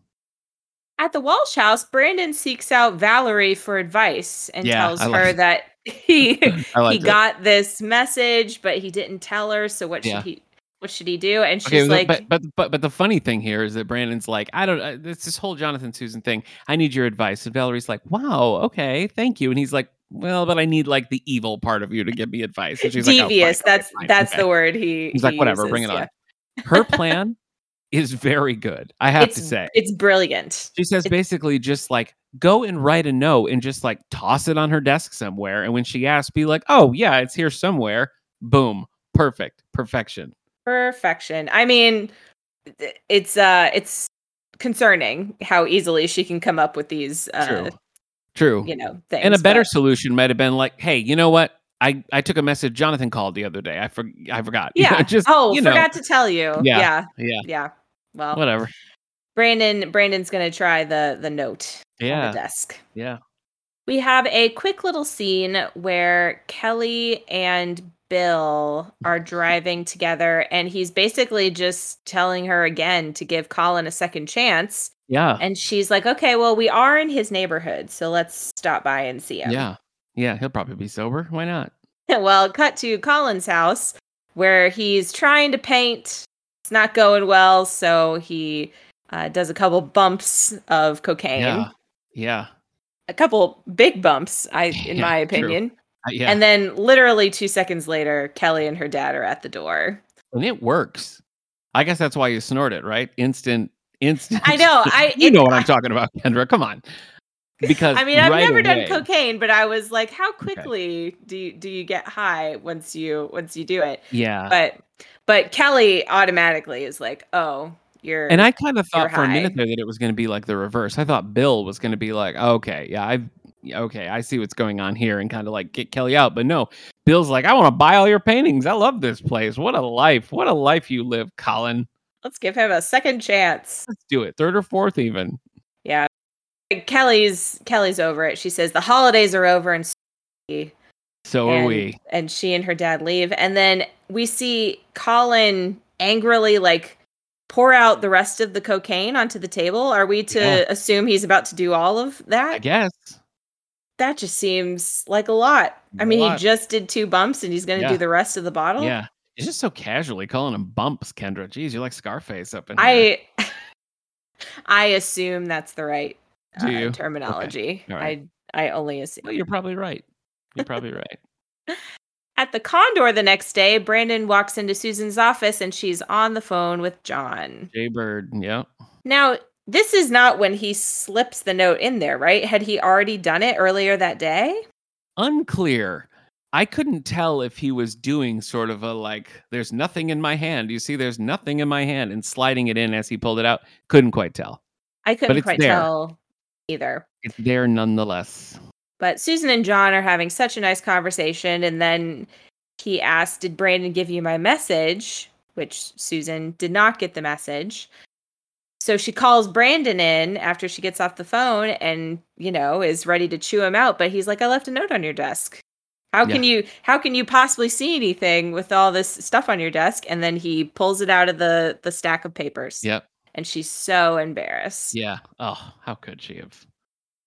S2: At the Walsh house, Brandon seeks out Valerie for advice and
S1: Yeah,
S2: tells
S1: I like
S2: her
S1: it.
S2: that he
S1: I like
S2: he got this message, but he didn't tell her. So what
S1: Yeah.
S2: should he? What should he do? And
S1: Okay,
S2: she's like,
S1: but, but but but the funny thing here is that Brandon's like, I don't. Uh, it's this whole Jonathan Susan thing. I need your advice. And Valerie's like, Wow, okay, thank you. And he's like, Well, but I need like the evil part of you to give me advice. And she's like, "Oh,
S2: devious. that's that's
S1: the
S2: the word he.
S1: He's like,
S2: he
S1: Whatever, bring it
S2: uses,
S1: on.
S2: yeah.
S1: Her plan is very good. I have to
S2: It's-
S1: say,
S2: It's brilliant.
S1: She says
S2: It's-
S1: basically just like go and write a note and just like toss it on her desk somewhere. And when she asks, be like, oh, yeah, it's here somewhere. Boom. Perfect. Perfection.
S2: Perfection. I mean, th- it's uh, it's concerning how easily she can come up with these, uh,
S1: True. True.
S2: you know, things.
S1: and a better
S2: but-
S1: solution might have been like, hey, you know what? I, I took a message Jonathan called the other day. I, for, I forgot. You know,
S2: yeah.
S1: just,
S2: oh,
S1: you know,
S2: forgot to tell you.
S1: Yeah,
S2: yeah.
S1: yeah.
S2: yeah. Well,
S1: Whatever.
S2: Brandon Brandon's gonna try the the note on
S1: Yeah.
S2: the desk.
S1: Yeah.
S2: We have a quick little scene where Kelly and Bill are driving together, and he's basically just telling her again to give Colin a second chance.
S1: Yeah.
S2: And she's like, "Okay, well, we are in his neighborhood, so let's stop by and see him."
S1: Yeah. Yeah. He'll probably be sober. Why not?
S2: well, cut to Colin's house where he's trying to paint. It's not going well, so he uh, does a couple bumps of cocaine.
S1: Yeah. Yeah. uh,
S2: a couple big bumps i in
S1: Yeah,
S2: my
S1: true.
S2: opinion
S1: Uh, yeah.
S2: and then literally two seconds later kelly and her dad are at the door
S1: and it works. I guess that's why you snort it, right? Instant, instant.
S2: I know, I-
S1: you
S2: it-
S1: know what I'm talking about, Kendra. Come on, because
S2: i mean i've
S1: right
S2: never
S1: away-
S2: done cocaine but i was like how quickly do you, do you get high once you once you do it
S1: Yeah,
S2: but but kelly automatically is like oh you're
S1: and I kind of thought
S2: you're
S1: for a minute
S2: high.
S1: there that it was going to be like the reverse. I thought Bill was going to be like, okay, yeah, I've yeah, okay, I see what's going on here, and kind of like get Kelly out. But no, Bill's like, I want to buy all your paintings. I love this place. What a life! What a life you live, Colin.
S2: let's give him a second chance
S1: Let's do it. Third or fourth, even.
S2: yeah kelly's kelly's over it she says the holidays are over and
S1: So
S2: and,
S1: are we.
S2: And she and her dad leave. And then we see Colin angrily like pour out the rest of the cocaine onto the table. Are we to
S1: Yeah.
S2: assume he's about to do all of
S1: I
S2: that?
S1: guess.
S2: That just seems like a lot. I
S1: A
S2: mean,
S1: lot.
S2: he just did two bumps and he's going to
S1: Yeah.
S2: do the rest of the bottle.
S1: Yeah. It's just so casually calling him bumps, Kendra. Jeez, you're like Scarface up in here.
S2: I I assume that's the right uh,
S1: Do you? Okay.
S2: terminology.
S1: All right.
S2: I I only assume.
S1: Well, you're probably right. You're probably right.
S2: At the Condor the next day, Brandon walks into Susan's office and she's on the phone with John.
S1: Jay Bird. Yeah.
S2: Now, this is not when he slips the note in there, right? Had he already done it earlier that day?
S1: Unclear. I couldn't tell if he was doing sort of a like, there's nothing in my hand. You see, there's nothing in my hand, and sliding it in as he pulled it out. Couldn't quite tell.
S2: I couldn't
S1: it's
S2: quite
S1: there.
S2: tell either.
S1: It's there nonetheless.
S2: But Susan and John are having such a nice conversation. And then he asked, Did Brandon give you my message? Which Susan did not get the message. So she calls Brandon in after she gets off the phone and, you know, is ready to chew him out. But he's like, I left a note on your desk. How can you how can you possibly see anything with all this stuff on your desk? And then he pulls it out of the the stack of papers.
S1: Yep.
S2: And she's so embarrassed.
S1: Yeah. Oh, how could she have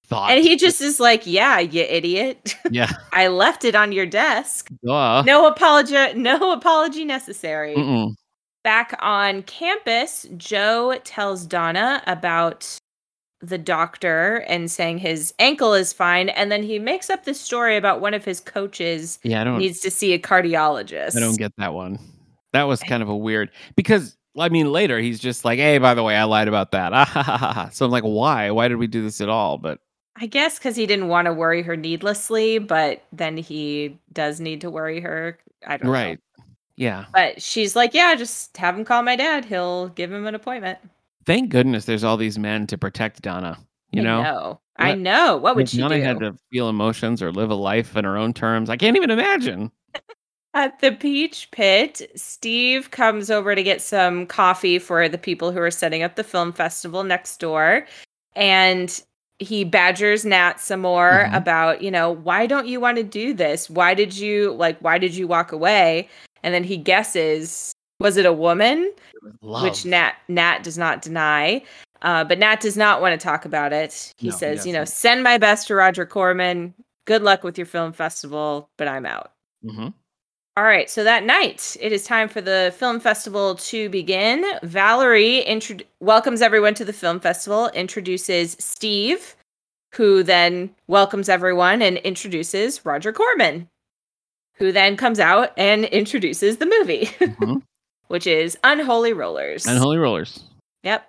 S1: thought?
S2: And he just is like, Yeah, you idiot.
S1: Yeah.
S2: I left it on your desk.
S1: Duh.
S2: No apology, no apology necessary.
S1: Uh. Mm-mm.
S2: Back on campus, Joe tells Donna about the doctor and saying his ankle is fine and then he makes up this story about one of his coaches
S1: Yeah. I don't.
S2: needs to see a cardiologist.
S1: Oh. I don't get that one. That was kind of a weird because I mean later he's just like, hey, by the way, I lied about that. Ah, ha, ha, ha, ha. so I'm like, why? Why did we do this at all? But
S2: I guess cuz he didn't want to worry her needlessly, but then he does need to worry her. I don't know.
S1: right, yeah.
S2: But she's like, "Yeah, just have him call my dad. He'll give him an appointment."
S1: Thank goodness there's all these men to protect Donna You know,
S2: I know. I know. What would
S1: If
S2: she do?
S1: Nana had to feel emotions or live a life in her own terms. I can't even imagine.
S2: At the Peach Pit, Steve comes over to get some coffee for the people who are setting up the film festival next door. And he badgers Nat some more
S1: Mhm.
S2: about, you know, why don't you want to do this? Why did you, like, why did you walk away? And then he guesses, was it a woman?
S1: Love.
S2: Which Nat Nat does not deny. Uh, but Nat does not want to talk about it. He
S1: No, he
S2: says, you know,
S1: doesn't.
S2: send my best to Roger Corman. Good luck with your film festival, but I'm out.
S1: Mhm.
S2: All right, so that night it is time for the film festival to begin. Valerie intro- welcomes everyone to the film festival, introduces Steve, who then welcomes everyone and introduces Roger Corman, who then comes out and introduces the movie,
S1: Mhm.
S2: which is Unholy Rollers.
S1: and Holy Rollers.
S2: Yep.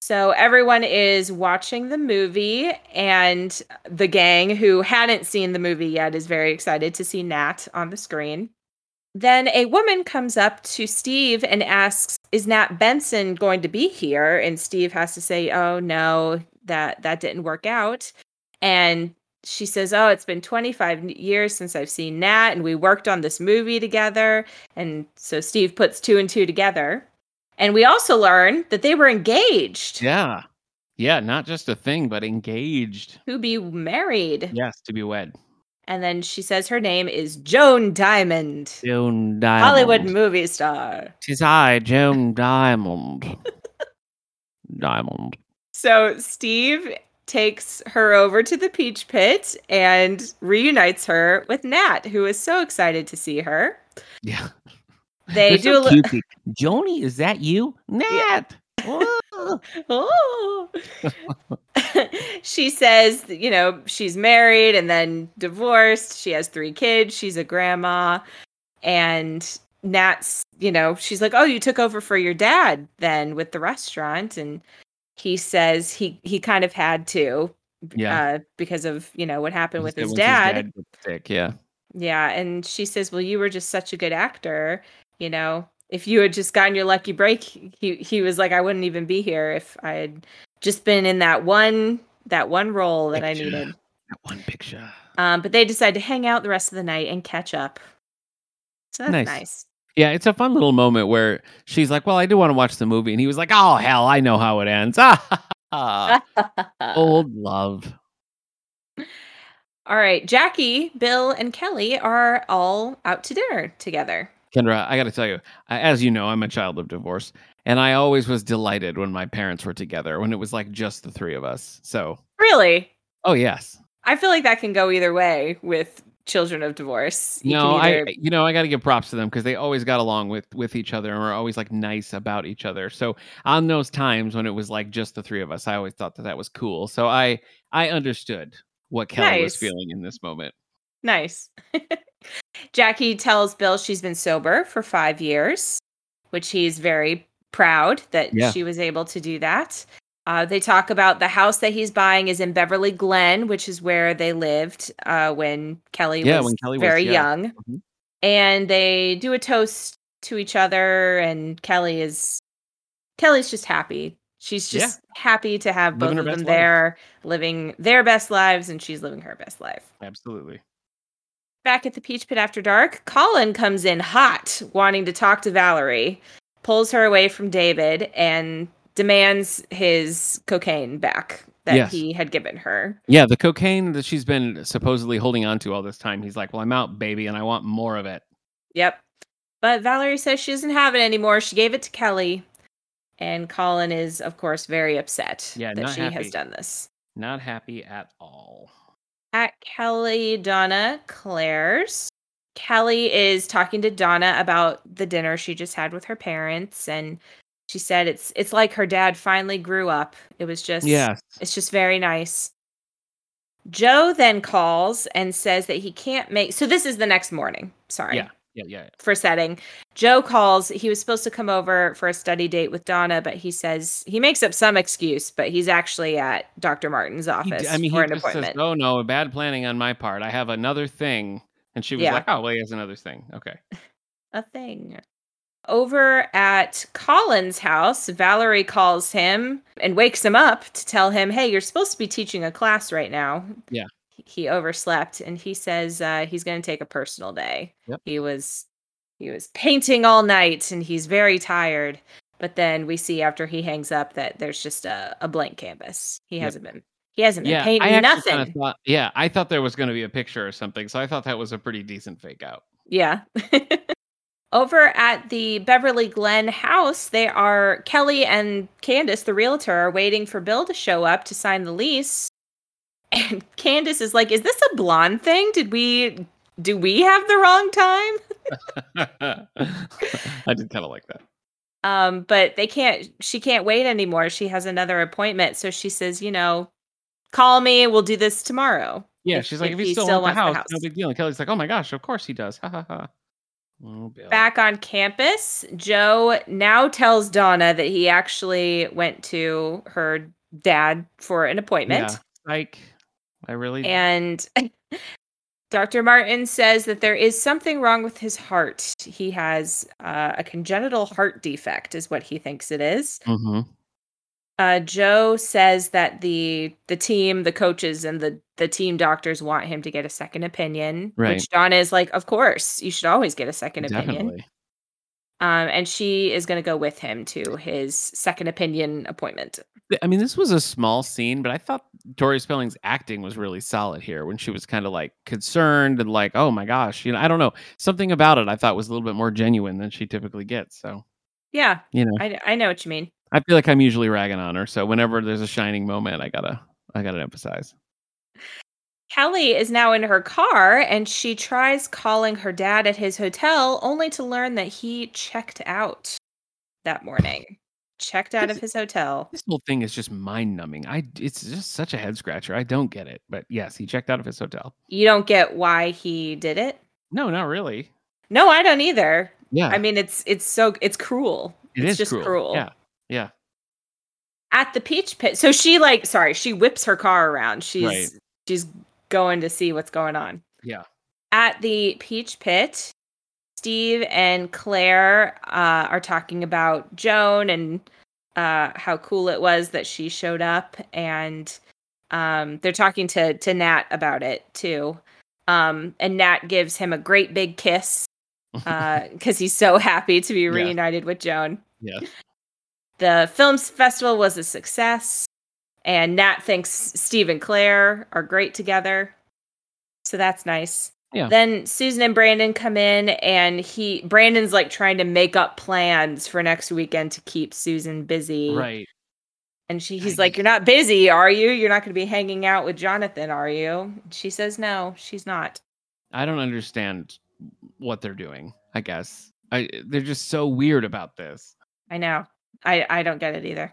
S2: So everyone is watching the movie, and the gang who hadn't seen the movie yet is very excited to see Nat on the screen. Then a woman comes up to Steve and asks, "Is Nat Benson going to be here?" And Steve has to say, "Oh no, that that didn't work out." And she says, "Oh, it's been 25 years since I've seen Nat, and we worked on this movie together." And so Steve puts two and two together. And we also learn that they were engaged
S1: Yeah. Yeah. Not just a thing, but engaged.
S2: to be married.
S1: Yes. To be wed.
S2: And then she says her name is Joan Diamond,
S1: Joan
S2: Hollywood
S1: Diamond.
S2: movie star.
S1: Tis I, Joan Diamond. Diamond.
S2: So Steve takes her over to the Peach Pit and reunites her with Nat, who is so excited to see her.
S1: Yeah.
S2: They
S1: They're
S2: do
S1: so
S2: a li-
S1: cutesy. Joni, is that you? Nat. Ooh.
S2: Oh. she says, you know, she's married and then divorced. She has three kids. She's a grandma. And Nat's, you know, she's like, oh, you took over for your dad then with the restaurant. And he says he he kind of had to
S1: Yeah.
S2: uh, because of, you know, what happened with
S1: Once-
S2: his
S1: once
S2: dad.
S1: gets sick, Yeah.
S2: Yeah. And she says, well, you were just such a good actor, you know. If you had just gotten your lucky break, he he was like, I wouldn't even be here if I had just been in that one that one role that I
S1: Picture.
S2: needed.
S1: That one picture.
S2: Um, but they decide to hang out the rest of the night and catch up. So that's
S1: Nice.
S2: nice.
S1: Yeah, it's a fun little moment where she's like, "Well, I do want to watch the movie," and he was like, "Oh hell, I know how it ends." Ah, old love.
S2: All right, Jackie, Bill, and Kelly are all out to dinner together.
S1: Kendra, I got to tell you, I- as you know, I'm a child of divorce, and I always was delighted when my parents were together, when it was like just the three of us. So,
S2: Really,
S1: oh yes,
S2: I feel like that can go either way with children of divorce. You
S1: no,
S2: can either,
S1: I, you know, I got to give props to them because they always got along with with each other and were always like nice about each other. So on those times when it was like just the three of us, I always thought that that was cool. So I I understood what Kelly was
S2: Nice.
S1: feeling in this moment.
S2: Nice. Jackie tells Bill she's been sober for five years, which he's very proud that
S1: Yeah.
S2: she was able to do that. Uh, they talk about the house that he's buying is in Beverly Glen, which is where they lived uh, when Kelly
S1: Yeah,
S2: was
S1: when Kelly was-
S2: very
S1: yeah.
S2: young.
S1: Mhm.
S2: And they do a toast to each other, and Kelly is Kelly's just happy. She's
S1: Yeah.
S2: just happy to have
S1: Living her
S2: both of
S1: best
S2: them
S1: life.
S2: there, living their best lives, and she's living her best life.
S1: Absolutely.
S2: Back at the Peach Pit after dark, Colin comes in hot, wanting to talk to Valerie, pulls her away from David, and demands his cocaine back that
S1: Yes.
S2: he had given her.
S1: Yeah, the cocaine that she's been supposedly holding on to all this time. He's like, "Well, I'm out, baby, and I want more of it."
S2: Yep. But Valerie says she doesn't have it anymore. She gave it to Kelly. And Colin is, of course, very upset
S1: Yeah,
S2: that
S1: not
S2: she
S1: happy.
S2: has done this.
S1: Not happy at all.
S2: at Kelly Donna Claire's. Kelly is talking to Donna about the dinner she just had with her parents and she said it's it's like her dad finally grew up. It was just
S1: Yes.
S2: it's just very nice. Joe then calls and says that he can't make so this is the next morning. Sorry
S1: Yeah. Yeah. Yeah.
S2: for setting. Joe calls. He was supposed to come over for a study date with Donna, but he says he makes up some excuse, but he's actually at Dr. Martin's
S1: He d-
S2: office for an appointment.
S1: "Oh no, bad planning on my part. I have another thing." And she was
S2: Yeah.
S1: like, "Oh, well, he has another thing." Okay.
S2: a thing. Over at Colin's house, Valerie calls him and wakes him up to tell him, Hey, you're supposed to be teaching a class right now.
S1: Yeah.
S2: He overslept and he says uh, he's going to take a personal day.
S1: Yep.
S2: He was he was painting all night and he's very tired. But then we see after he hangs up that there's just a, a blank canvas. He
S1: Yep.
S2: hasn't been he hasn't been
S1: Yeah, I
S2: painting
S1: actually
S2: nothing.
S1: kinda thought, yeah, I thought there was going to be a picture or something, so I thought that was a pretty decent fake out.
S2: Yeah. Over at the Beverly Glen house, they are Kelly and Candace, the realtor, are waiting for Bill to show up to sign the lease. And Candace is like, "Is this a blonde thing? Did we do we have the wrong time?"
S1: I did kind of like that.
S2: Um, but they can't. She can't wait anymore. She has another appointment, so she says, "You know, call me. We'll do this tomorrow."
S1: Yeah,
S2: If-
S1: she's like, if,
S2: if
S1: you
S2: he
S1: still,
S2: still
S1: want the
S2: wants
S1: house,
S2: the
S1: no
S2: house."
S1: big deal. And Kelly's like, oh my gosh, of course he does. Ha ha ha. Oh, Bill.
S2: Back on campus, Joe now tells Donna that he actually went to her dad for an appointment.
S1: Like, I really.
S2: And Dr. Martin says that there is something wrong with his heart. He has uh, a congenital heart defect, is what he thinks it is.
S1: Mhm.
S2: Uh, Joe says that the the team, the coaches, and the the team doctors want him to get a second opinion.
S1: Right.
S2: Which Donna is like, of course, you should always get a second opinion.
S1: Definitely.
S2: um, and she is going to go with him to his second opinion appointment.
S1: Th- I mean, this was a small scene, but I thought Tori Spelling's acting was really solid here when she was kind of like concerned and like, oh my gosh, you know, I don't know. Something about it I thought was a little bit more genuine than she typically gets. So,
S2: Yeah,
S1: you know,
S2: I, I know what you mean.
S1: I feel like I'm usually ragging on her. So whenever there's a shining moment, I gotta, I gotta emphasize.
S2: Kelly is now in her car and she tries calling her dad at his hotel only to learn that he checked out that morning. Checked out of his hotel.
S1: This whole thing is just mind numbing. I, it's just such a head scratcher. I don't get it. But yes, he checked out of his hotel.
S2: You don't get why he did it?
S1: No, not really.
S2: No, I don't either.
S1: Yeah,
S2: I mean, it's it's so it's cruel.
S1: Ah. it
S2: it's
S1: is
S2: just cruel.
S1: Yeah, yeah.
S2: at the peach pit. So she like sorry, she whips her car around. She's
S1: Right.
S2: she's going to see what's going on.
S1: Yeah.
S2: At the peach pit, Steve and Claire uh, are talking about Joan and uh, how cool it was that she showed up, and um, they're talking to to Nat about it too. Um, and Nat gives him a great big kiss because he's so happy to be
S1: Yeah.
S2: reunited with Joan
S1: yeah.
S2: the films festival was a success and nat thinks steve and claire are great together so that's nice
S1: Yeah.
S2: then susan and brandon come in and he brandon's like trying to make up plans for next weekend to keep susan busy
S1: Right.
S2: and she
S1: Yikes.
S2: he's like you're not busy are you you're not going to be hanging out with jonathan are you she says no she's not
S1: I don't understand what they're doing. I guess I they're just so weird about this.
S2: I know. I, I don't get it either.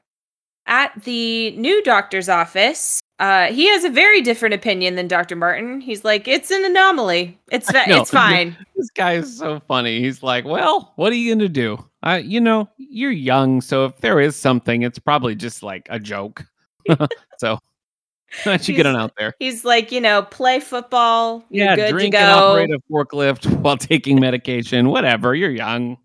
S2: At the new doctor's office, uh, he has a very different opinion than Dr. Martin. He's like, it's an anomaly. It's
S1: I
S2: fa-
S1: know.
S2: it's fine.
S1: This guy is so funny. He's like, "Well, what are you gonna do? I, you know, you're young, so if there is something, it's probably just like a joke. so, why don't you get
S2: He's-
S1: on out there?
S2: He's like, you know, play football. You're
S1: Yeah,
S2: good
S1: drink
S2: to
S1: and
S2: go.
S1: operate a forklift while taking medication. Whatever. You're young.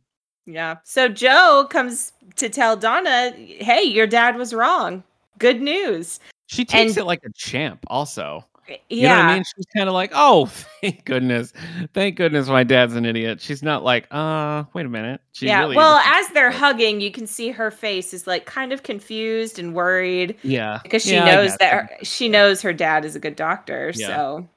S2: yeah. So Joe comes to tell Donna, hey, your dad was wrong. Good news.
S1: She takes
S2: And-
S1: it like a champ. Also,
S2: Yeah.
S1: You know what I mean? She's kind of like, oh, thank goodness. Thank goodness my dad's an idiot. She's not like, uh, wait a minute. She
S2: yeah.
S1: really
S2: well,
S1: is-
S2: as they're
S1: like-
S2: hugging, you can see her face is like kind of confused and worried.
S1: yeah.
S2: because she
S1: Yeah, I
S2: knows
S1: guess.
S2: that her, she knows her dad is a good doctor.
S1: Yeah.
S2: So,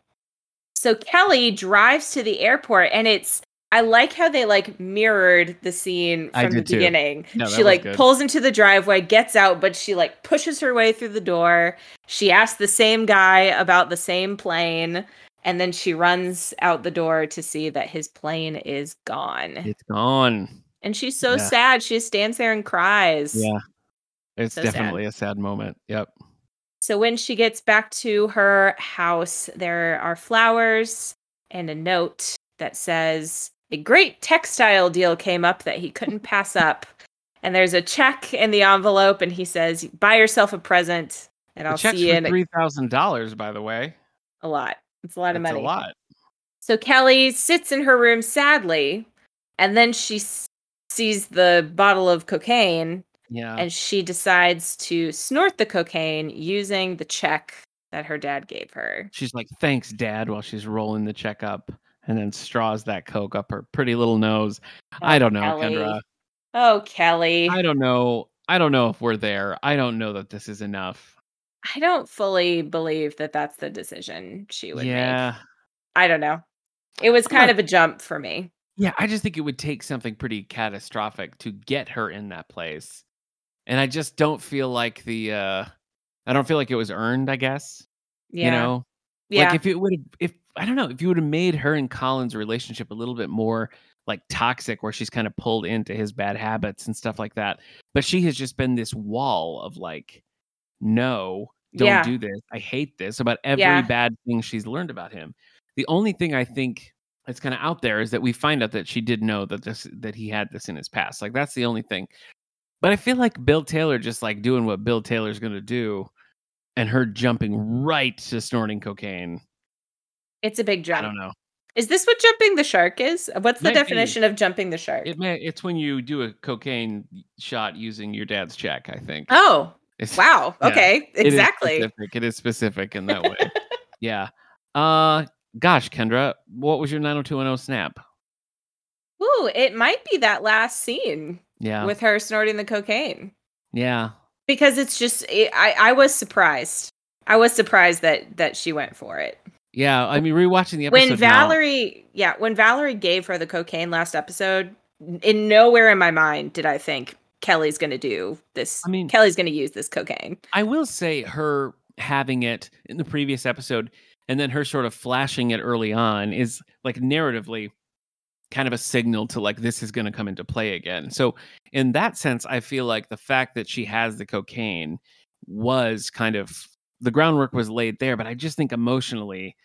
S2: so Kelly drives to the airport, and it's I like how they like mirrored the scene
S1: I
S2: from the
S1: did too.
S2: beginning.
S1: No, that
S2: she
S1: was
S2: like
S1: good.
S2: pulls into the driveway, gets out, but she like pushes her way through the door. She asks the same guy about the same plane. And then she runs out the door to see that his plane is gone.
S1: It's gone.
S2: And she's so
S1: Yeah.
S2: sad. She just stands there and cries.
S1: Yeah. It's
S2: So sad.
S1: definitely a sad moment. Yep.
S2: So when she gets back to her house, there are flowers and a note that says, A great textile deal came up that he couldn't pass up. And there's a check in the envelope, and he says, Buy yourself a present, and
S1: The
S2: I'll
S1: check's
S2: see you
S1: for
S2: in a,
S1: three thousand dollars, by the way.
S2: a lot. It's a lot of
S1: That's
S2: money.
S1: a lot.
S2: So Kelly sits in her room sadly, and then she s- sees the bottle of cocaine
S1: Yeah.
S2: and she decides to snort the cocaine using the check that her dad gave her.
S1: She's like, thanks, Dad, while she's rolling the check up and then straws that Coke up her pretty little nose. I don't know,
S2: Kelly.
S1: Kendra.
S2: Oh, Kelly.
S1: I don't know. I don't know if we're there. I don't know that this is enough.
S2: I don't fully believe that that's the decision she would
S1: Yeah.
S2: make. I don't know. It was
S1: I'm
S2: kind
S1: not-
S2: of a jump for me.
S1: Yeah, I just think it would take something pretty catastrophic to get her in that place. And I just don't feel like the uh I don't feel like it was earned, I guess.
S2: Yeah.
S1: You know?
S2: yeah.
S1: Like if it would have if I don't know, if you would have made her and Colin's relationship a little bit more like toxic where she's kind of pulled into his bad habits and stuff like that. But she has just been this wall of like no, don't
S2: Yeah.
S1: do this. I hate this about every
S2: Yeah.
S1: bad thing she's learned about him. The only thing I think that's kind of out there is that we find out that she did know that this that he had this in his past. Like that's the only thing. But I feel like Bill Taylor just like doing what Bill Taylor's going to do and her jumping right to snorting cocaine.
S2: it's a big
S1: I
S2: jump.
S1: don't know.
S2: Is this what jumping the shark is? What's the
S1: Might be.
S2: definition of jumping the shark?
S1: It may it's when you do a cocaine shot using your dad's check, I think.
S2: oh,
S1: It's-
S2: wow.
S1: Yeah.
S2: Okay.
S1: it is
S2: exactly.
S1: specific. It is specific in that way. yeah. Uh gosh, Kendra, what was your 90210 snap?
S2: Ooh, it might be that last scene
S1: Yeah.
S2: with her snorting the cocaine
S1: yeah.
S2: because it's just it, I I was surprised. I was surprised that that she went for it.
S1: Yeah, I mean rewatching the episode
S2: when
S1: now-
S2: Valerie, yeah, when Valerie gave her the cocaine last episode, n- in nowhere in my mind did I think Kelly's going to do this.
S1: I mean-
S2: Kelly's going to use this cocaine.
S1: I will say her having it in the previous episode and then her sort of flashing it early on is like narratively kind of a signal to like this is going to come into play again. So in that sense I feel like the fact that she has the cocaine was kind of the groundwork was laid there but I just think emotionally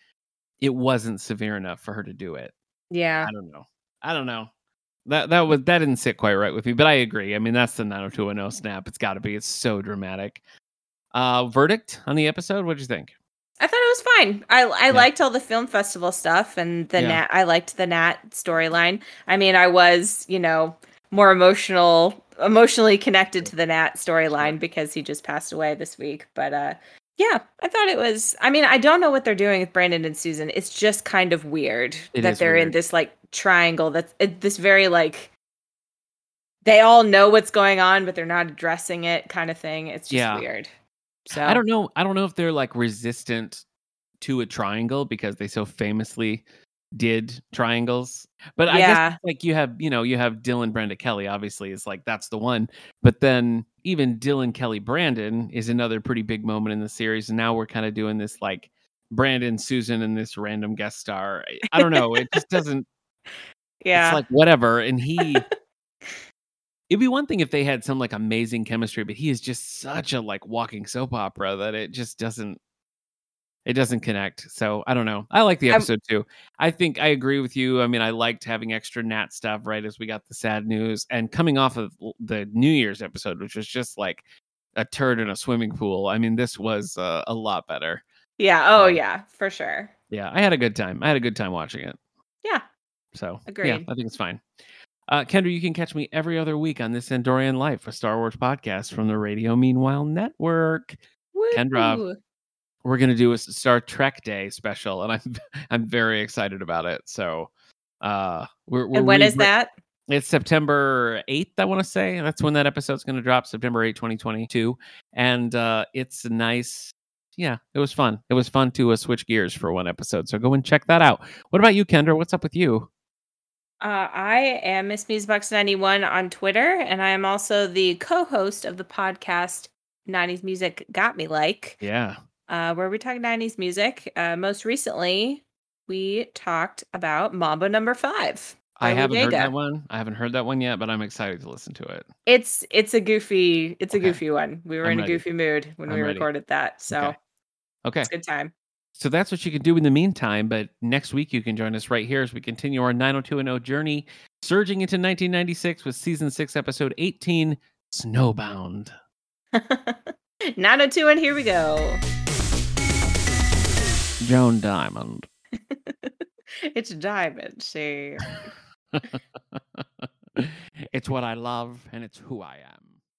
S1: it wasn't severe enough for her to do it.
S2: Yeah.
S1: I don't know. I don't know. That that was that didn't sit quite right with me, but I agree. I mean, that's the 90210 snap. It's got to be. It's so dramatic. Uh verdict on the episode. What'd you think?
S2: I thought it was fine. I I
S1: Yeah.
S2: liked all the film festival stuff and the
S1: Yeah.
S2: Nat. I liked the Nat storyline. I mean, I was you know more emotional, emotionally connected to the Nat storyline because he just passed away this week. But uh, yeah, I thought it was. I mean, I don't know what they're doing with Brandon and Susan. It's just kind of weird
S1: It
S2: that
S1: is
S2: they're in
S1: weird.
S2: this like triangle. That's it, this very like they all know what's going on, but they're not addressing it, kind of thing. It's just
S1: Yeah.
S2: weird. So
S1: I don't know. I don't know if they're like resistant to a triangle because they so famously did triangles. But I guess
S2: Yeah.
S1: like you have, you know, you have Dylan Brenda Kelly obviously is like that's the one. But then even Dylan Kelly Brandon is another pretty big moment in the series and now we're kind of doing this like Brandon Susan and this random guest star. I- I don't know. It just doesn't
S2: Yeah.
S1: it's like whatever and he It'd be one thing if they had some like amazing chemistry, but he is just such a like walking soap opera that it just doesn't it doesn't connect. So I don't know. I like the
S2: I'm-
S1: episode too. I think I agree with you. I mean, I liked having extra Nat stuff right as we got the sad news and coming off of l- the New Year's episode, which was just like a turd in a swimming pool. I mean, this was uh, a lot better.
S2: Yeah. Oh,
S1: Uh,
S2: yeah, for sure.
S1: Yeah, I had a good time. I had a good time watching it.
S2: Yeah.
S1: So Yeah,
S2: Agreed.
S1: I think it's fine. Uh, Kendra, you can catch me every other week on this Endorian Life, a Star Wars podcast from the Radio Meanwhile Network. Kendra.
S2: Woo.
S1: We're gonna do a s- Star Trek Day special, and I'm I'm very excited about it. So, uh, we're, we're
S2: And when is
S1: rebra-
S2: that?
S1: It's September 8th, I want to say. That's when that episode's going to drop, September 8, 2022. And uh, it's a nice. Yeah, it was fun. It was fun to uh, switch gears for one episode. So go and check that out. What about you, Kendra? What's up with you?
S2: Uh, I am Miss Musebox91 on Twitter, and I am also the co host of the podcast 90s Music Got Me Like,
S1: Yeah.
S2: uh, where we talk 90s music. Uh, most recently, we talked about Mambo number five.
S1: I
S2: by
S1: haven't heard
S2: Bodega.
S1: that one. I haven't heard that one yet, but I'm excited to listen to it.
S2: It's it's a goofy it's a
S1: Okay.
S2: goofy one. We were
S1: I'm
S2: in a
S1: ready.
S2: goofy mood when
S1: I'm
S2: we
S1: ready.
S2: recorded that, so
S1: Okay. Okay.
S2: it's a good time.
S1: So that's what you can do in the meantime. But next week, you can join us right here as we continue our 90210 journey, surging into 1996 with season six, episode 18 Snowbound.
S2: 902 and here we go.
S1: Joan Diamond.
S2: It's diamond shape.
S1: it's what I love and it's who I am.